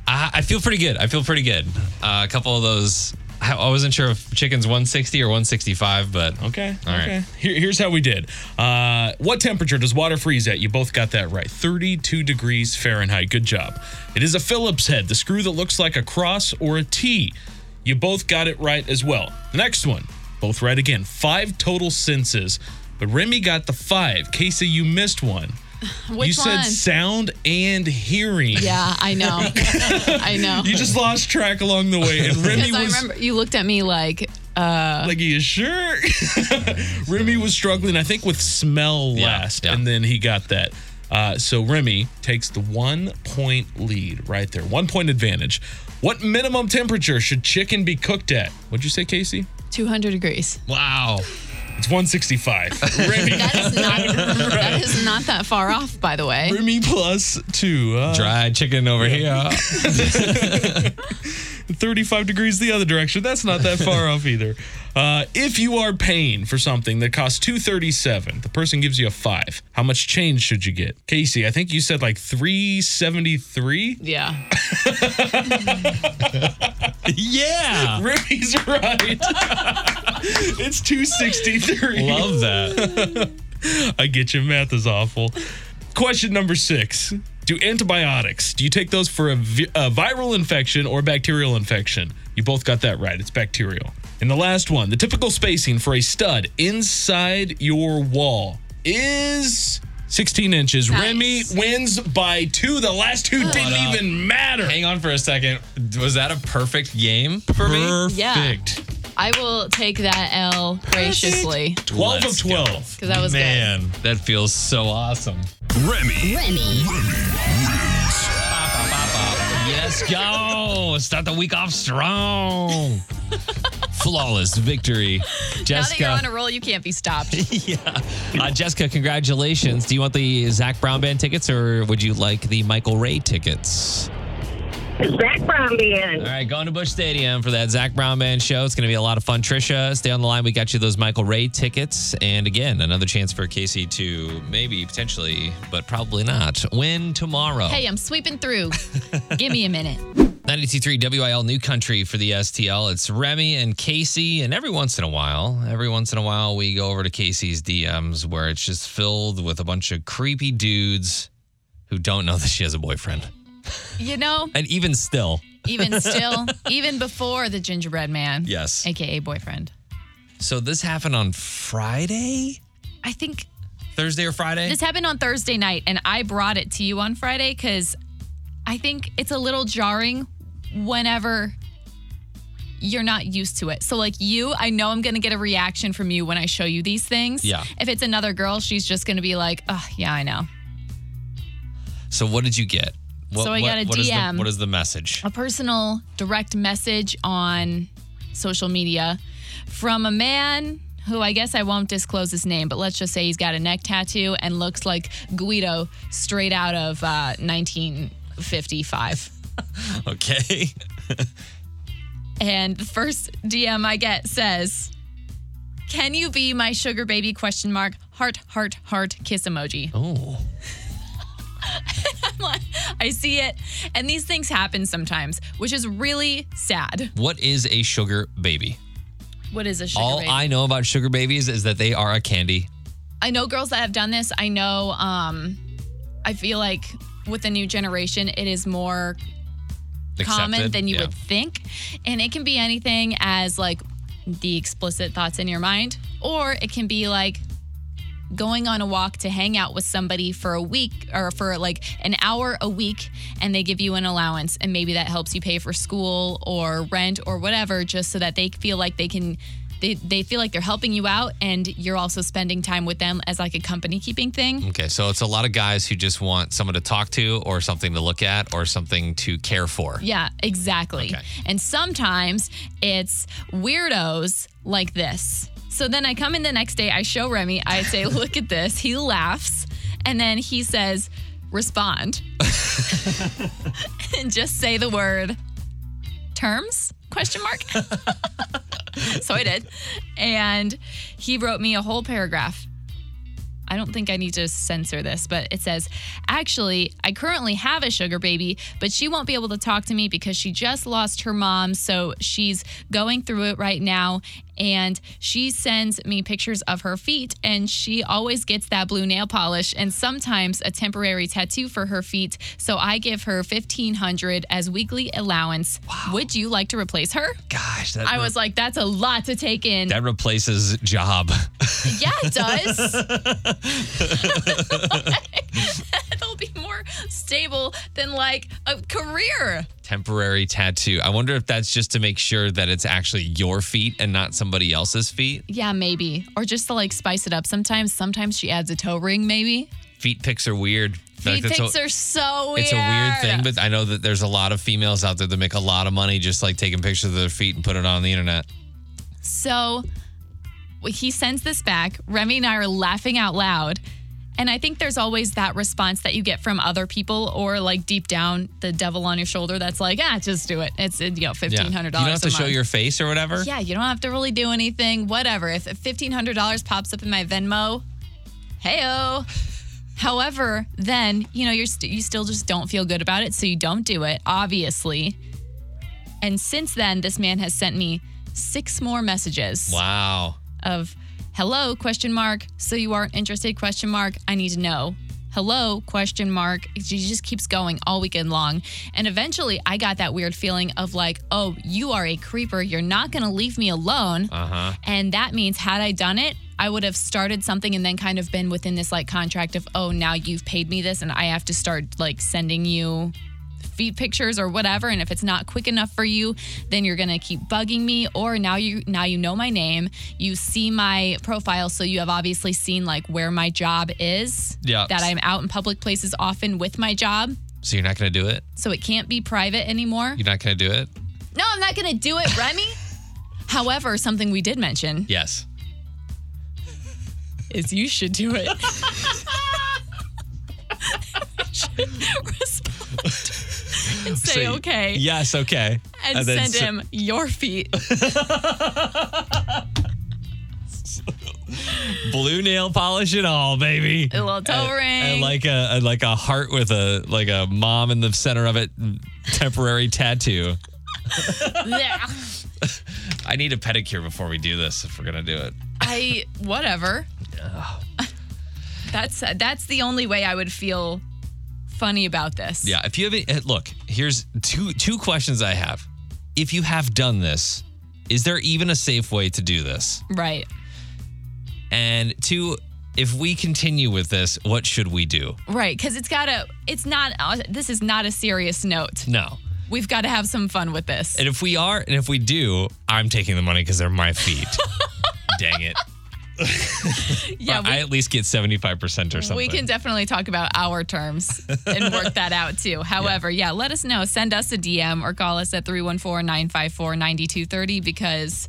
[SPEAKER 1] I, I feel pretty good I feel pretty good uh, a couple of those I, I wasn't sure if chicken's 160 or 165 but
[SPEAKER 8] Okay.
[SPEAKER 1] All right.
[SPEAKER 8] okay. Here, here's how we did. Uh, what temperature does water freeze at? You both got that right. 32 degrees Fahrenheit. Good job. It is a Phillips head, the screw that looks like a cross or a T. You both got it right as well. The next one, both right again. Five total senses, but Remy got the five. Casey, you missed one.
[SPEAKER 2] Which
[SPEAKER 8] you said
[SPEAKER 2] one?
[SPEAKER 8] sound and hearing.
[SPEAKER 2] yeah, I know. I know.
[SPEAKER 8] You just lost track along the way, and Remy
[SPEAKER 2] Because I
[SPEAKER 8] was
[SPEAKER 2] remember you looked at me like,
[SPEAKER 8] Like, are you sure? Remy was struggling, I think, with smell
[SPEAKER 1] Yeah,
[SPEAKER 8] last,
[SPEAKER 1] yeah.
[SPEAKER 8] and then he got that. Uh, so Remy takes the one point lead right there, one point advantage. What minimum temperature should chicken be cooked at? What'd you say, Casey?
[SPEAKER 2] 200 degrees.
[SPEAKER 1] wow
[SPEAKER 8] It's 165. Remy,
[SPEAKER 2] That is not that is not that far off, by the way.
[SPEAKER 8] Remy plus two. Uh,
[SPEAKER 1] dry chicken over here
[SPEAKER 8] 35 degrees the other direction. That's not that far off either. Uh, if you are paying for something that costs 237, the person gives you a five. How much change should you get? Casey, I think you said like 373.
[SPEAKER 2] Yeah.
[SPEAKER 1] yeah
[SPEAKER 8] Remy's right. it's 263.
[SPEAKER 1] love that
[SPEAKER 8] I get you. Math is awful. Question number six. Do antibiotics, do you take those for a, vi- a viral infection or bacterial infection? You both got that right. It's bacterial. And the last one, the typical spacing for a stud inside your wall is 16 inches.
[SPEAKER 2] Nice.
[SPEAKER 8] Remy wins by two. The last two didn't
[SPEAKER 1] up.
[SPEAKER 8] even matter.
[SPEAKER 1] hang on for a second was that a perfect game for me
[SPEAKER 8] Perfect.
[SPEAKER 2] Yeah. I will take that L graciously.
[SPEAKER 8] 12
[SPEAKER 1] Let's
[SPEAKER 8] of
[SPEAKER 1] go.
[SPEAKER 8] 12.
[SPEAKER 2] Because that was good.
[SPEAKER 1] man that feels so awesome
[SPEAKER 3] Remy.
[SPEAKER 1] Let's go. Start the week off strong. Flawless victory.
[SPEAKER 2] Now that you're on
[SPEAKER 1] Jessica,
[SPEAKER 2] a roll, you can't be stopped.
[SPEAKER 1] uh, Jessica, congratulations. Do you want the Zach Brown Band tickets or would you like the Michael Ray tickets?
[SPEAKER 6] Zach Brown Band.
[SPEAKER 1] All right, going to Bush Stadium for that Zach Brown Band show. It's going to be a lot of fun. Trisha, stay on the line. We got you those Michael Ray tickets. And again, another chance for Casey to maybe, potentially, but probably not, win tomorrow.
[SPEAKER 2] Hey, I'm sweeping through. Give me a minute.
[SPEAKER 1] 923 WIL New Country for the STL. It's Remy and Casey. And every once in a while, every once in a while, we go over to Casey's DMs where it's just filled with a bunch of creepy dudes who don't know that she has a boyfriend.
[SPEAKER 2] You know,
[SPEAKER 1] And even still,
[SPEAKER 2] even still, even before the gingerbread man.
[SPEAKER 1] Yes.
[SPEAKER 2] AKA boyfriend.
[SPEAKER 1] so this happened on Friday,
[SPEAKER 2] I think
[SPEAKER 1] Thursday or Friday?
[SPEAKER 2] this happened on Thursday night, and I brought it to you on Friday because I think it's a little jarring whenever you're not used to it. So, like you, I know I'm going to get a reaction from you when I show you these things.
[SPEAKER 1] Yeah.
[SPEAKER 2] If it's another girl, she's just going to be like, oh, yeah, I know.
[SPEAKER 1] So what did you get? What,
[SPEAKER 2] So I got a
[SPEAKER 1] what is the-
[SPEAKER 2] DM.
[SPEAKER 1] what is the message?
[SPEAKER 2] a personal direct message on social media from a man who I guess I won't disclose his name, but let's just say he's got a neck tattoo and looks like Guido straight out of uh, 1955.
[SPEAKER 1] Okay.
[SPEAKER 2] And the first DM I get says, "Can you be my sugar baby?" Question mark heart heart heart kiss emoji.
[SPEAKER 1] Oh.
[SPEAKER 2] I see it, and these things happen sometimes, which is really sad.
[SPEAKER 1] What is a sugar baby?
[SPEAKER 2] What is a sugar
[SPEAKER 1] All
[SPEAKER 2] baby?
[SPEAKER 1] I know about sugar babies is that they are a candy.
[SPEAKER 2] I know girls that have done this. I know um I feel like with the new generation it is more common
[SPEAKER 1] Accepted.
[SPEAKER 2] than you
[SPEAKER 1] Yeah.
[SPEAKER 2] would think. And it can be anything as like the explicit thoughts in your mind or it can be like going on a walk to hang out with somebody for a week or for like an hour a week and they give you an allowance and maybe that helps you pay for school or rent or whatever just so that they feel like they can they, they feel like they're helping you out and you're also spending time with them as like a company keeping thing
[SPEAKER 1] Okay, so it's a lot of guys who just want someone to talk to or something to look at or something to care for.
[SPEAKER 2] yeah exactly
[SPEAKER 1] Okay.
[SPEAKER 2] and sometimes it's weirdos like this so then i come in the next day i show remy i say look at this he laughs and then he says respond and just say the word terms question mark so i did and he wrote me a whole paragraph i don't think i need to censor this but it says actually i currently have a sugar baby but she won't be able to talk to me because she just lost her mom so she's going through it right now and she sends me pictures of her feet and she always gets that blue nail polish and sometimes a temporary tattoo for her feet so i give her 1500 as weekly allowance would you like to replace her
[SPEAKER 1] Gosh, that,
[SPEAKER 2] I was like, that's a lot to take in.
[SPEAKER 1] that replaces job.
[SPEAKER 2] yeah, it does. That'll be more stable than like a career.
[SPEAKER 1] Temporary tattoo. I wonder if that's just to make sure that it's actually your feet and not somebody else's feet.
[SPEAKER 2] Yeah, maybe. Or just to like spice it up sometimes. Sometimes she adds a toe ring, maybe.
[SPEAKER 1] Feet pics are weird.
[SPEAKER 2] Feet
[SPEAKER 1] that's a-
[SPEAKER 2] pics are so weird.
[SPEAKER 1] It's a weird thing, but I know that there's a lot of females out there that make a lot of money just like taking pictures of their feet and put it on the internet.
[SPEAKER 2] So he sends this back. Remy and I are laughing out loud. And I think there's always that response that you get from other people, or like deep down, the devil on your shoulder that's like, ah, just do it. It's you know
[SPEAKER 1] Yeah.
[SPEAKER 2] fifteen
[SPEAKER 1] You
[SPEAKER 2] hundred
[SPEAKER 1] don't
[SPEAKER 2] dollars.
[SPEAKER 1] have to show your face or whatever.
[SPEAKER 2] Yeah, you don't have to really do anything. Whatever. If fifteen hundred dollars pops up in my Venmo, heyo. However, then you know you're st- you still just don't feel good about it, so you don't do it, obviously. And since then, this man has sent me six more messages
[SPEAKER 1] Wow.
[SPEAKER 2] of hello question mark so you aren't interested question mark i need to know hello question mark she just keeps going all weekend long and eventually i got that weird feeling of like oh you are a creeper you're not going to leave me alone
[SPEAKER 1] Uh-huh.
[SPEAKER 2] and that means had i done it i would have started something and then kind of been within this like contract of oh now you've paid me this and i have to start like sending you feet pictures or whatever and if it's not quick enough for you then you're going to keep bugging me or now you now you know my name you see my profile so you have obviously seen like where my job is
[SPEAKER 1] Yeah.
[SPEAKER 2] that I'm out in public places often with my job
[SPEAKER 1] So you're not going to do it?
[SPEAKER 2] so it can't be private anymore
[SPEAKER 1] You're not going to do it?
[SPEAKER 2] no I'm not going to do it Remy however something we did mention
[SPEAKER 1] Yes.
[SPEAKER 2] is you should do it We should respond say okay.
[SPEAKER 1] Yes, okay.
[SPEAKER 2] and,
[SPEAKER 1] then
[SPEAKER 2] send
[SPEAKER 1] s-
[SPEAKER 2] him your feet.
[SPEAKER 1] blue nail polish and all, baby.
[SPEAKER 2] A little toe
[SPEAKER 1] And-
[SPEAKER 2] ring.
[SPEAKER 1] and like a, a- like a heart with a like a mom in the center of it, temporary tattoo.
[SPEAKER 2] Yeah.
[SPEAKER 1] I need a pedicure before we do this if we're gonna do it.
[SPEAKER 2] I whatever. That's that's the only way I would feel funny about this.
[SPEAKER 1] Yeah, if you have it, look, here's two two questions I have. If you have done this, is there even a safe way to do this?
[SPEAKER 2] Right.
[SPEAKER 1] And two, if we continue with this, what should we do?
[SPEAKER 2] Right. Because it's gotta. It's not. Uh, this is not a serious note.
[SPEAKER 1] No.
[SPEAKER 2] We've got to have some fun with this.
[SPEAKER 1] And if we are, and if we do, I'm taking the money because they're my feet. Dang it.
[SPEAKER 2] yeah.
[SPEAKER 1] uh, I at least get 75% or something.
[SPEAKER 2] We can definitely talk about our terms and work that out too. However, yeah. let us know. Send us a DM or call us at 314 954 9230 because,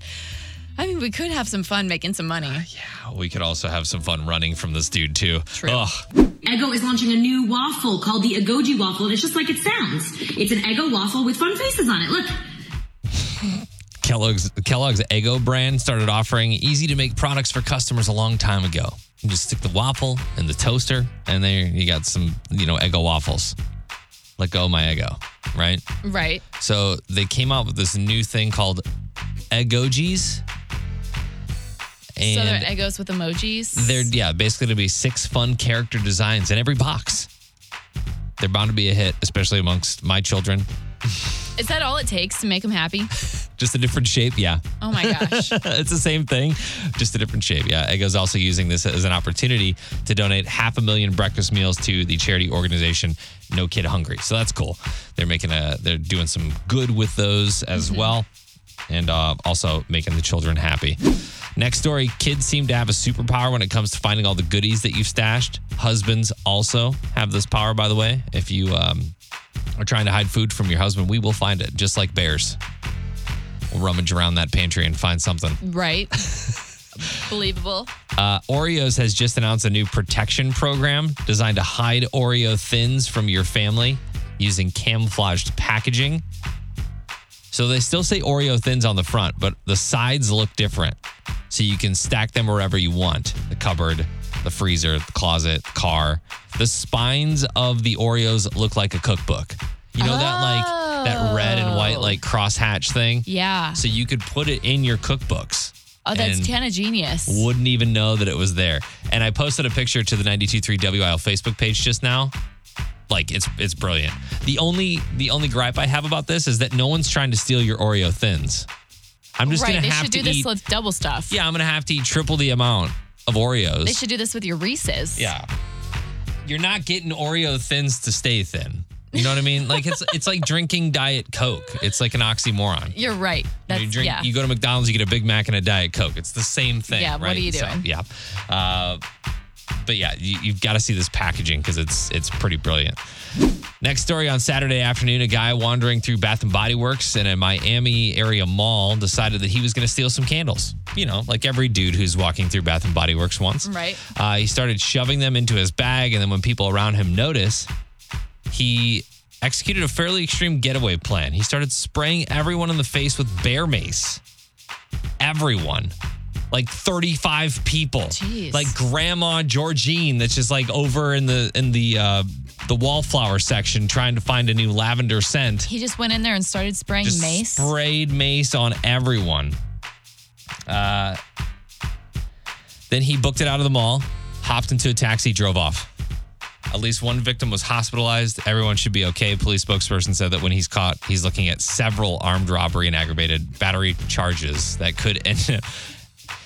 [SPEAKER 2] I mean, we could have some fun making some money.
[SPEAKER 1] Uh, we could also have some fun running from this dude too. Uh, True.
[SPEAKER 6] Eggo is launching a new waffle called the Eggoji waffle, and it's just like it sounds. It's an Eggo waffle with fun faces on it. Look.
[SPEAKER 1] Kellogg's Kellogg's Eggo brand started offering easy to make products for customers a long time ago. You just stick the waffle in the toaster, and there you got some, you know, Eggo waffles. Let go of my Eggo, right?
[SPEAKER 2] Right.
[SPEAKER 1] So they came out with this new thing called Eggogies. And
[SPEAKER 2] so they're Eggos with emojis.
[SPEAKER 1] They're yeah, basically to be six fun character designs in every box. They're bound to be a hit, especially amongst my children.
[SPEAKER 2] Is that all it takes to make them happy?
[SPEAKER 1] Just a different shape, yeah.
[SPEAKER 2] Oh my gosh.
[SPEAKER 1] it's the same thing, just a different shape. Yeah, Eggo's also using this as an opportunity to donate half a million breakfast meals to the charity organization No Kid Hungry. So that's cool. They're making a, they're doing some good with those as well, and uh, also making the children happy. Next story: Kids seem to have a superpower when it comes to finding all the goodies that you've stashed. Husbands also have this power, by the way. If you um, are trying to hide food from your husband, we will find it, just like bears. We'll rummage around that pantry and find something.
[SPEAKER 2] right. Believable.
[SPEAKER 1] Uh, Oreos has just announced a new protection program designed to hide Oreo thins from your family using camouflaged packaging. So they still say Oreo thins on the front, but the sides look different. So you can stack them wherever you want the cupboard, the freezer, the closet, car. The spines of the Oreos look like a cookbook. You know that like that red and white like crosshatch thing?
[SPEAKER 2] Oh. Yeah.
[SPEAKER 1] So you could put it in your cookbooks.
[SPEAKER 2] Oh, that's
[SPEAKER 1] And-
[SPEAKER 2] kind of genius.
[SPEAKER 1] wouldn't even know that it was there. And I posted a picture to the 923 WIL Facebook page just now. Like it's it's brilliant. The only the only gripe I have about this is that no one's trying to steal your Oreo thins. I'm just
[SPEAKER 2] right.
[SPEAKER 1] gonna
[SPEAKER 2] They
[SPEAKER 1] have
[SPEAKER 2] should
[SPEAKER 1] to
[SPEAKER 2] do this
[SPEAKER 1] eat.
[SPEAKER 2] with double stuff.
[SPEAKER 1] yeah, I'm gonna have to eat triple the amount of Oreos.
[SPEAKER 2] They should do this with your Reese's.
[SPEAKER 1] yeah, you're not getting Oreo thins to stay thin. You know what I mean? Like it's it's like drinking diet coke. It's like an oxymoron.
[SPEAKER 2] You're right. That's,
[SPEAKER 1] you drink.
[SPEAKER 2] yeah.
[SPEAKER 1] You go to McDonald's, you get a Big Mac and a Diet Coke. It's the same thing.
[SPEAKER 2] Yeah, what
[SPEAKER 1] Right?
[SPEAKER 2] are you
[SPEAKER 1] So,
[SPEAKER 2] doing?
[SPEAKER 1] yeah. Uh, but yeah, you, you've got to see this packaging because it's it's pretty brilliant. Next story on Saturday afternoon, a guy wandering through Bath and Body Works in a Miami area mall decided that he was going to steal some candles. You know, like every dude who's walking through Bath and Body Works once.
[SPEAKER 2] Right.
[SPEAKER 1] Uh, he started shoving them into his bag, and then when people around him notice, he executed a fairly extreme getaway plan. He started spraying everyone in the face with bear mace. Everyone. Like 35 people.
[SPEAKER 2] Jeez.
[SPEAKER 1] Like grandma Georgine that's just like over in the in the uh the wallflower section trying to find a new lavender scent.
[SPEAKER 2] he just went in there and started spraying
[SPEAKER 1] Just
[SPEAKER 2] mace.
[SPEAKER 1] sprayed mace on everyone. Uh, then he booked it out of the mall, hopped into a taxi, drove off. At least one victim was hospitalized. Everyone should be okay. Police spokesperson said that when he's caught, he's looking at several armed robbery and aggravated battery charges that could end.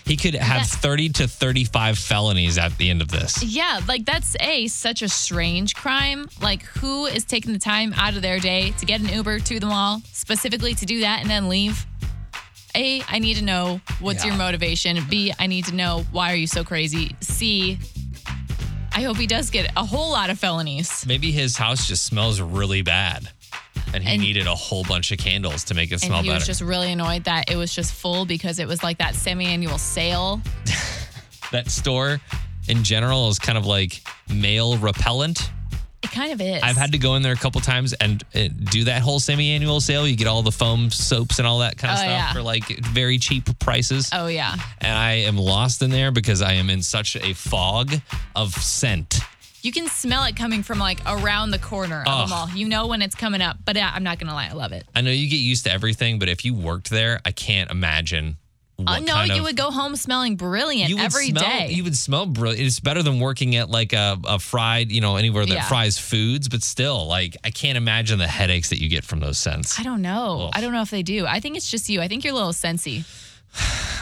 [SPEAKER 1] he could have
[SPEAKER 2] That-
[SPEAKER 1] 30 to 35 felonies at the end of this.
[SPEAKER 2] yeah, like that's a such a strange crime. Like who is taking the time out of their day to get an Uber to the mall specifically to do that and then leave? A, I need to know what's
[SPEAKER 1] Yeah.
[SPEAKER 2] your motivation. B, I need to know why are you so crazy. C, I hope he does get a whole lot of felonies.
[SPEAKER 1] Maybe his house just smells really bad and he
[SPEAKER 2] And-
[SPEAKER 1] needed a whole bunch of candles to make it
[SPEAKER 2] And
[SPEAKER 1] smell
[SPEAKER 2] he
[SPEAKER 1] better.
[SPEAKER 2] was just really annoyed that it was just full because it was like that semi-annual sale.
[SPEAKER 1] that store in general is kind of like male repellent.
[SPEAKER 2] It kind of is.
[SPEAKER 1] I've had to go in there a couple times and uh, do that whole semi-annual sale. You get all the foam soaps and all that kind of
[SPEAKER 2] Oh,
[SPEAKER 1] stuff
[SPEAKER 2] yeah.
[SPEAKER 1] for like very cheap prices.
[SPEAKER 2] Oh yeah.
[SPEAKER 1] And I am lost in there because I am in such a fog of scent.
[SPEAKER 2] You can smell it coming from like around the corner of
[SPEAKER 1] Ugh.
[SPEAKER 2] the mall. You know when it's coming up, but uh, I'm not gonna lie, I love it.
[SPEAKER 1] I know you get used to everything, but if you worked there, I can't imagine. What
[SPEAKER 2] Uh, no,
[SPEAKER 1] kind
[SPEAKER 2] you
[SPEAKER 1] of-
[SPEAKER 2] would go home smelling brilliant every day.
[SPEAKER 1] smell, You would smell brilliant. It's better than working at like a, a fried, you know, anywhere that
[SPEAKER 2] Yeah.
[SPEAKER 1] fries foods, but still, like, I can't imagine the headaches that you get from those scents.
[SPEAKER 2] I
[SPEAKER 1] I,
[SPEAKER 2] don't know.
[SPEAKER 1] Ugh.
[SPEAKER 2] I don't know if they do. I think it's just you. I think you're a little sensy.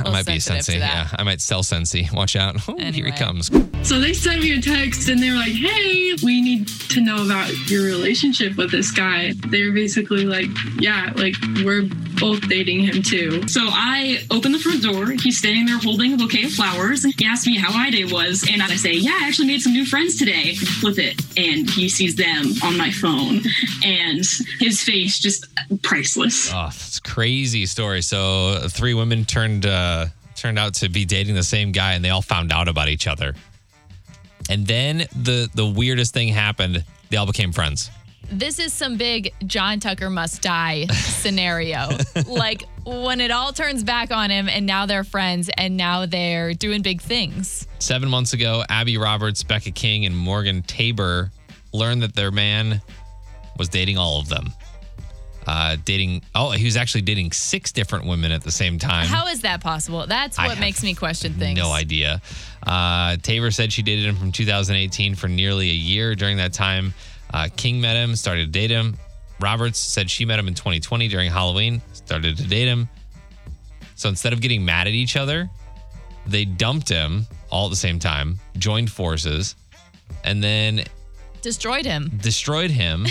[SPEAKER 1] might be
[SPEAKER 2] sensitive
[SPEAKER 1] sensing.
[SPEAKER 2] to
[SPEAKER 1] Yeah,
[SPEAKER 2] that.
[SPEAKER 1] I might sell Sensi. Watch out. Ooh, Here he
[SPEAKER 2] Anyway.
[SPEAKER 1] comes.
[SPEAKER 9] So they sent me a text and they were like, hey, we need to know about your relationship with this guy. They were basically like, yeah, like we're both dating him too.
[SPEAKER 6] So I open the front door. He's standing there holding a bouquet of flowers. He asked me how my day was, and I say, "Yeah, I actually made some new friends today." Flip it, and he sees them on my phone, and his face just priceless.
[SPEAKER 1] Oh, it's a crazy story. So uh, three women turned uh, turned out to be dating the same guy, and they all found out about each other. And then the the weirdest thing happened. They all became friends.
[SPEAKER 2] This is some big John Tucker must die scenario. like when it all turns back on him and now they're friends and now they're doing big things.
[SPEAKER 1] Seven months ago, Abby Roberts, Becca King, and Morgan Tabor learned that their man was dating all of them. Uh, dating, oh, he was actually dating six different women at the same time.
[SPEAKER 2] How is that possible? That's
[SPEAKER 1] I
[SPEAKER 2] what
[SPEAKER 1] have
[SPEAKER 2] makes me question things.
[SPEAKER 1] No idea. Uh, Tabor said she dated him from 2018 for nearly a year. During that time, uh, King met him, started to date him. Roberts said she met him in 2020 during Halloween, started to date him. So instead of getting mad at each other, they dumped him all at the same time, joined forces, and then
[SPEAKER 2] Destroyed him.
[SPEAKER 1] destroyed him.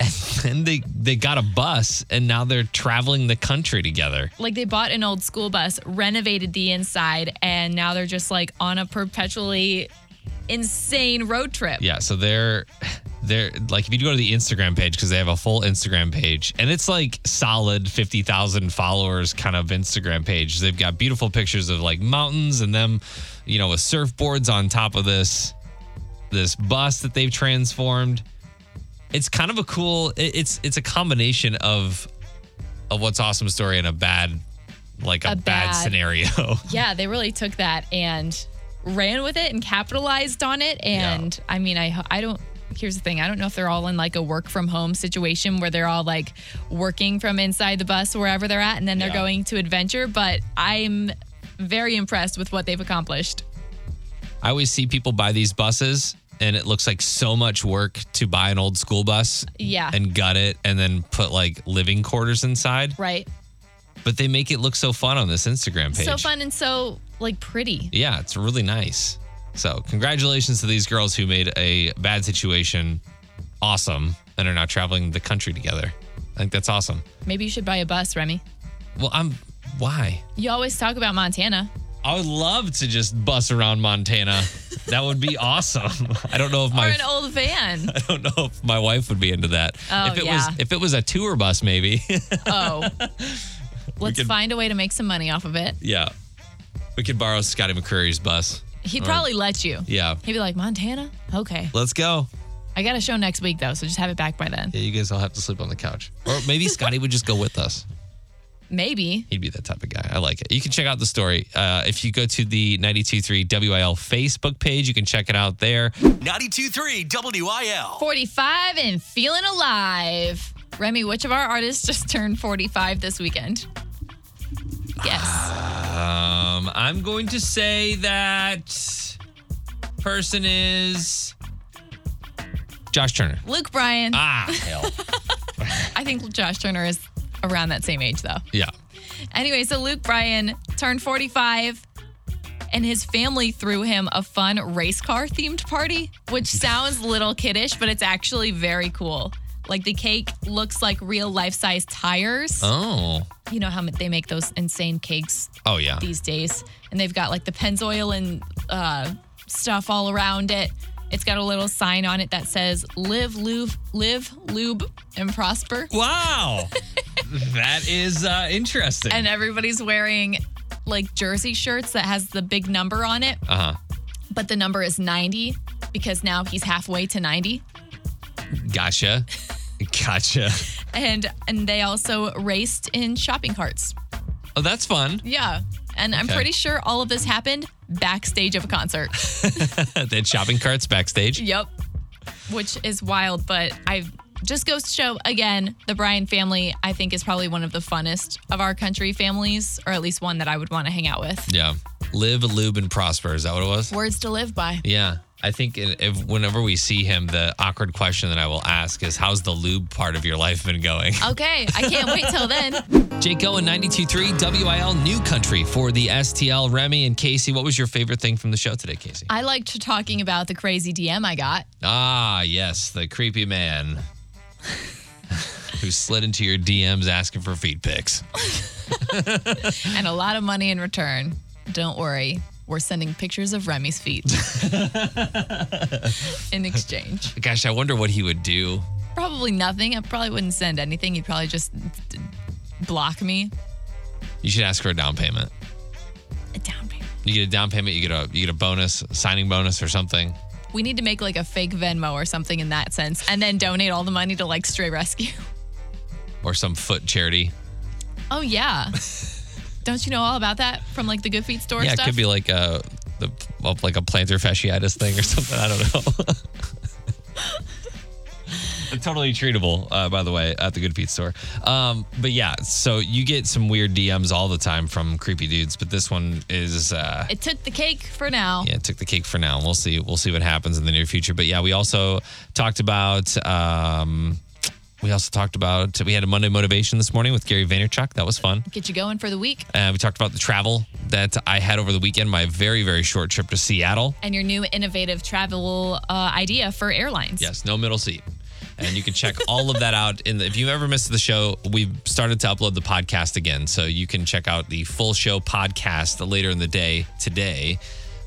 [SPEAKER 1] and then they, they got a bus, and now they're traveling the country together.
[SPEAKER 2] Like they bought an old school bus, renovated the inside, and now they're just like on a perpetually insane road trip.
[SPEAKER 1] Yeah, so they're they're like if you go to the Instagram page because they have a full Instagram page and it's like solid 50,000 followers kind of Instagram page. They've got beautiful pictures of like mountains and them, you know, with surfboards on top of this this bus that they've transformed. It's kind of a cool it- it's it's a combination of of what's awesome story and a bad like a,
[SPEAKER 2] A
[SPEAKER 1] bad
[SPEAKER 2] bad-
[SPEAKER 1] scenario.
[SPEAKER 2] Yeah, they really took that and ran with it and capitalized on it. And I mean, I I don't. Here's the thing. I don't know if they're all in like a work from home situation where they're all like working from inside the bus wherever they're at, and then they're
[SPEAKER 1] Yeah.
[SPEAKER 2] going to adventure. But I'm very impressed with what they've accomplished.
[SPEAKER 1] I always see people buy these buses and it looks like so much work to buy an old school bus
[SPEAKER 2] Yeah.
[SPEAKER 1] and gut it and then put like living quarters inside.
[SPEAKER 2] Right.
[SPEAKER 1] But they make it look so fun on this Instagram page.
[SPEAKER 2] So fun and so like pretty.
[SPEAKER 1] Yeah, it's really nice. So, congratulations to these girls who made a bad situation awesome and are now traveling the country together. I think that's awesome.
[SPEAKER 2] Maybe you should buy a bus, Remy.
[SPEAKER 1] Well, I'm why?
[SPEAKER 2] You always talk about Montana.
[SPEAKER 1] I would love to just bus around Montana. that would be awesome. I don't know if my
[SPEAKER 2] or an old van.
[SPEAKER 1] I don't know if my wife would be into that.
[SPEAKER 2] Oh,
[SPEAKER 1] if it
[SPEAKER 2] yeah.
[SPEAKER 1] was if it was a tour bus maybe.
[SPEAKER 2] oh. Let's
[SPEAKER 1] could-
[SPEAKER 2] find a way to make some money off of it.
[SPEAKER 1] yeah. We could borrow Scotty McCreary's bus.
[SPEAKER 2] He'd
[SPEAKER 1] Or-
[SPEAKER 2] probably let you.
[SPEAKER 1] Yeah.
[SPEAKER 2] He'd be like, Montana? Okay.
[SPEAKER 1] Let's go.
[SPEAKER 2] I got a show next week, though, so just have it back by then.
[SPEAKER 1] Yeah, you guys all have to sleep on the couch. Or maybe Scotty would just go with us.
[SPEAKER 2] Maybe.
[SPEAKER 1] He'd be that type of guy. I like it. You can check out the story. Uh, if you go to the 92.3 WIL Facebook page, you can check it out there.
[SPEAKER 3] 92.3 WIL.
[SPEAKER 2] 45 and feeling alive. Remy, which of our artists just turned 45 this weekend? Yes.
[SPEAKER 1] Um, I'm going to say that person is Josh Turner.
[SPEAKER 2] Luke Bryan.
[SPEAKER 1] Ah, hell.
[SPEAKER 2] I think Josh Turner is around that same age, though.
[SPEAKER 1] Yeah.
[SPEAKER 2] Anyway, so Luke Bryan turned 45 and his family threw him a fun race car themed party, which sounds little kiddish, but it's actually very cool. Like the cake looks like real life size tires.
[SPEAKER 1] Oh.
[SPEAKER 2] You know how they make those insane cakes
[SPEAKER 1] Oh, yeah.
[SPEAKER 2] these days. And they've got like the Pennzoil and uh, stuff all around it. It's got a little sign on it that says live, lube, live, lube, and prosper.
[SPEAKER 1] Wow. that is uh, interesting.
[SPEAKER 2] and everybody's wearing like jersey shirts that has the big number on it,
[SPEAKER 1] uh huh.
[SPEAKER 2] but the number is 90 because now he's halfway to 90.
[SPEAKER 1] Gotcha. Gotcha.
[SPEAKER 2] and and they also raced in shopping carts.
[SPEAKER 1] Oh, that's fun.
[SPEAKER 2] Yeah. And I'm
[SPEAKER 1] Okay.
[SPEAKER 2] pretty sure all of this happened backstage of a concert.
[SPEAKER 1] they had shopping carts backstage.
[SPEAKER 2] yep. Which is wild, but I just goes to show again, the Bryan family I think is probably one of the funnest of our country families, or at least one that I would want to hang out with.
[SPEAKER 1] Yeah. Live, lube, and prosper. Is that what it was?
[SPEAKER 2] Words to live by.
[SPEAKER 1] Yeah. I think i- if, whenever we see him, the awkward question that I will ask is how's the lube part of your life been going?
[SPEAKER 2] Okay, I can't wait till then.
[SPEAKER 1] Jake Owen, 92.3 WIL New Country for the STL. Remy and Casey, what was your favorite thing from the show today, Casey?
[SPEAKER 2] I liked talking about the crazy DM I got.
[SPEAKER 1] Ah, yes, the creepy man who slid into your DMs asking for feed pics.
[SPEAKER 2] and a lot of money in return. Don't worry, we're sending pictures of Remy's feet in exchange.
[SPEAKER 1] Gosh, I wonder what he would do.
[SPEAKER 2] Probably nothing. I probably wouldn't send anything. You'd probably just d- block me.
[SPEAKER 1] You should ask for a down payment.
[SPEAKER 2] A down payment.
[SPEAKER 1] You get a down payment, you get a you get a bonus, signing bonus or something.
[SPEAKER 2] We need to make like a fake Venmo or something in that sense, and then donate all the money to like Stray Rescue.
[SPEAKER 1] Or some foot charity.
[SPEAKER 2] Oh yeah. Don't you know all about that from like the Good Feet store
[SPEAKER 1] yeah,
[SPEAKER 2] stuff?
[SPEAKER 1] it could be like a the well, like a plantar fasciitis thing or something. I don't know. It's totally treatable, uh, by the way, at the Good Feet store. Um, but yeah, so you get some weird DMs all the time from creepy dudes, but this one is uh,
[SPEAKER 2] it took the cake for now.
[SPEAKER 1] yeah, it took the cake for now. We'll see. We'll see what happens in the near future. But yeah, we also talked about. Um, we also talked about. We had a Monday motivation this morning with Gary Vaynerchuk. That was fun.
[SPEAKER 2] Get you going for the week
[SPEAKER 1] Uh, we talked about the travel that I had over the weekend. My very very short trip to Seattle.
[SPEAKER 2] and your new innovative travel uh, idea for airlines.
[SPEAKER 1] Yes, no middle seat. And you can check all of that out. And if you ever missed the show, we've started to upload the podcast again. So you can check out the full show podcast later in the day today.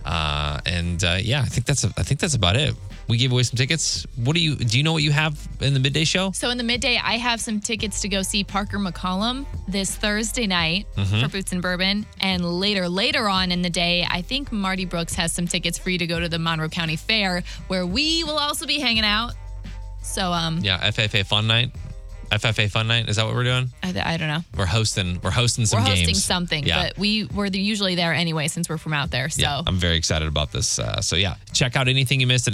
[SPEAKER 1] Uh, and uh, yeah, I think that's I think that's about it. We gave away some tickets. What do you do? You know what you have in the midday show?
[SPEAKER 2] So in the midday, I have some tickets to go see Parker McCollum this Thursday night
[SPEAKER 1] Mm-hmm.
[SPEAKER 2] for Boots and Bourbon, and later, later on in the day, I think Marty Brooks has some tickets for you to go to the Monroe County Fair, where we will also be hanging out. So um,
[SPEAKER 1] Yeah, FFA Fun Night. FFA Fun Night. Is that what we're doing?
[SPEAKER 2] I, I don't know.
[SPEAKER 1] We're hosting. We're hosting
[SPEAKER 2] We're
[SPEAKER 1] some games.
[SPEAKER 2] hosting something,
[SPEAKER 1] Yeah.
[SPEAKER 2] but we were the- usually there anyway since we're from out there. So
[SPEAKER 1] Yeah, I'm very excited about this. Uh, so, yeah, check out anything you missed at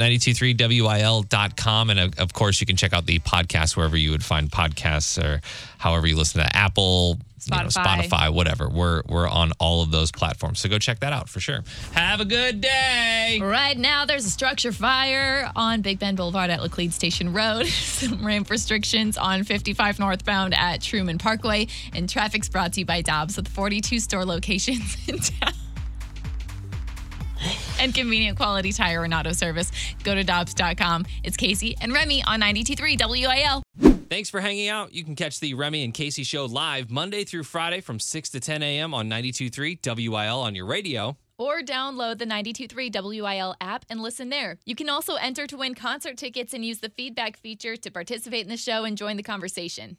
[SPEAKER 1] 923wil.com. And uh, of- of course, you can check out the podcast wherever you would find podcasts or however you listen to Apple, you know,
[SPEAKER 2] Spotify.
[SPEAKER 1] Spotify, whatever. We're, we're on all of those platforms. So, go check that out for sure. Have a good day.
[SPEAKER 2] Right now, there's a structure fire on Big Bend Boulevard at Laclede Station Road. Some ramp restrictions on 55 northbound at Truman Parkway. And traffic's brought to you by Dobbs with 42 store locations in town. And convenient quality tire and auto service. Go to Dobbs.com. It's Casey and Remy on 923 WIL.
[SPEAKER 1] Thanks for hanging out. You can catch the Remy and Casey show live Monday through Friday from 6 to 10 a.m. on 923 WIL on your radio.
[SPEAKER 2] Or download the 923 WIL app and listen there. You can also enter to win concert tickets and use the feedback feature to participate in the show and join the conversation.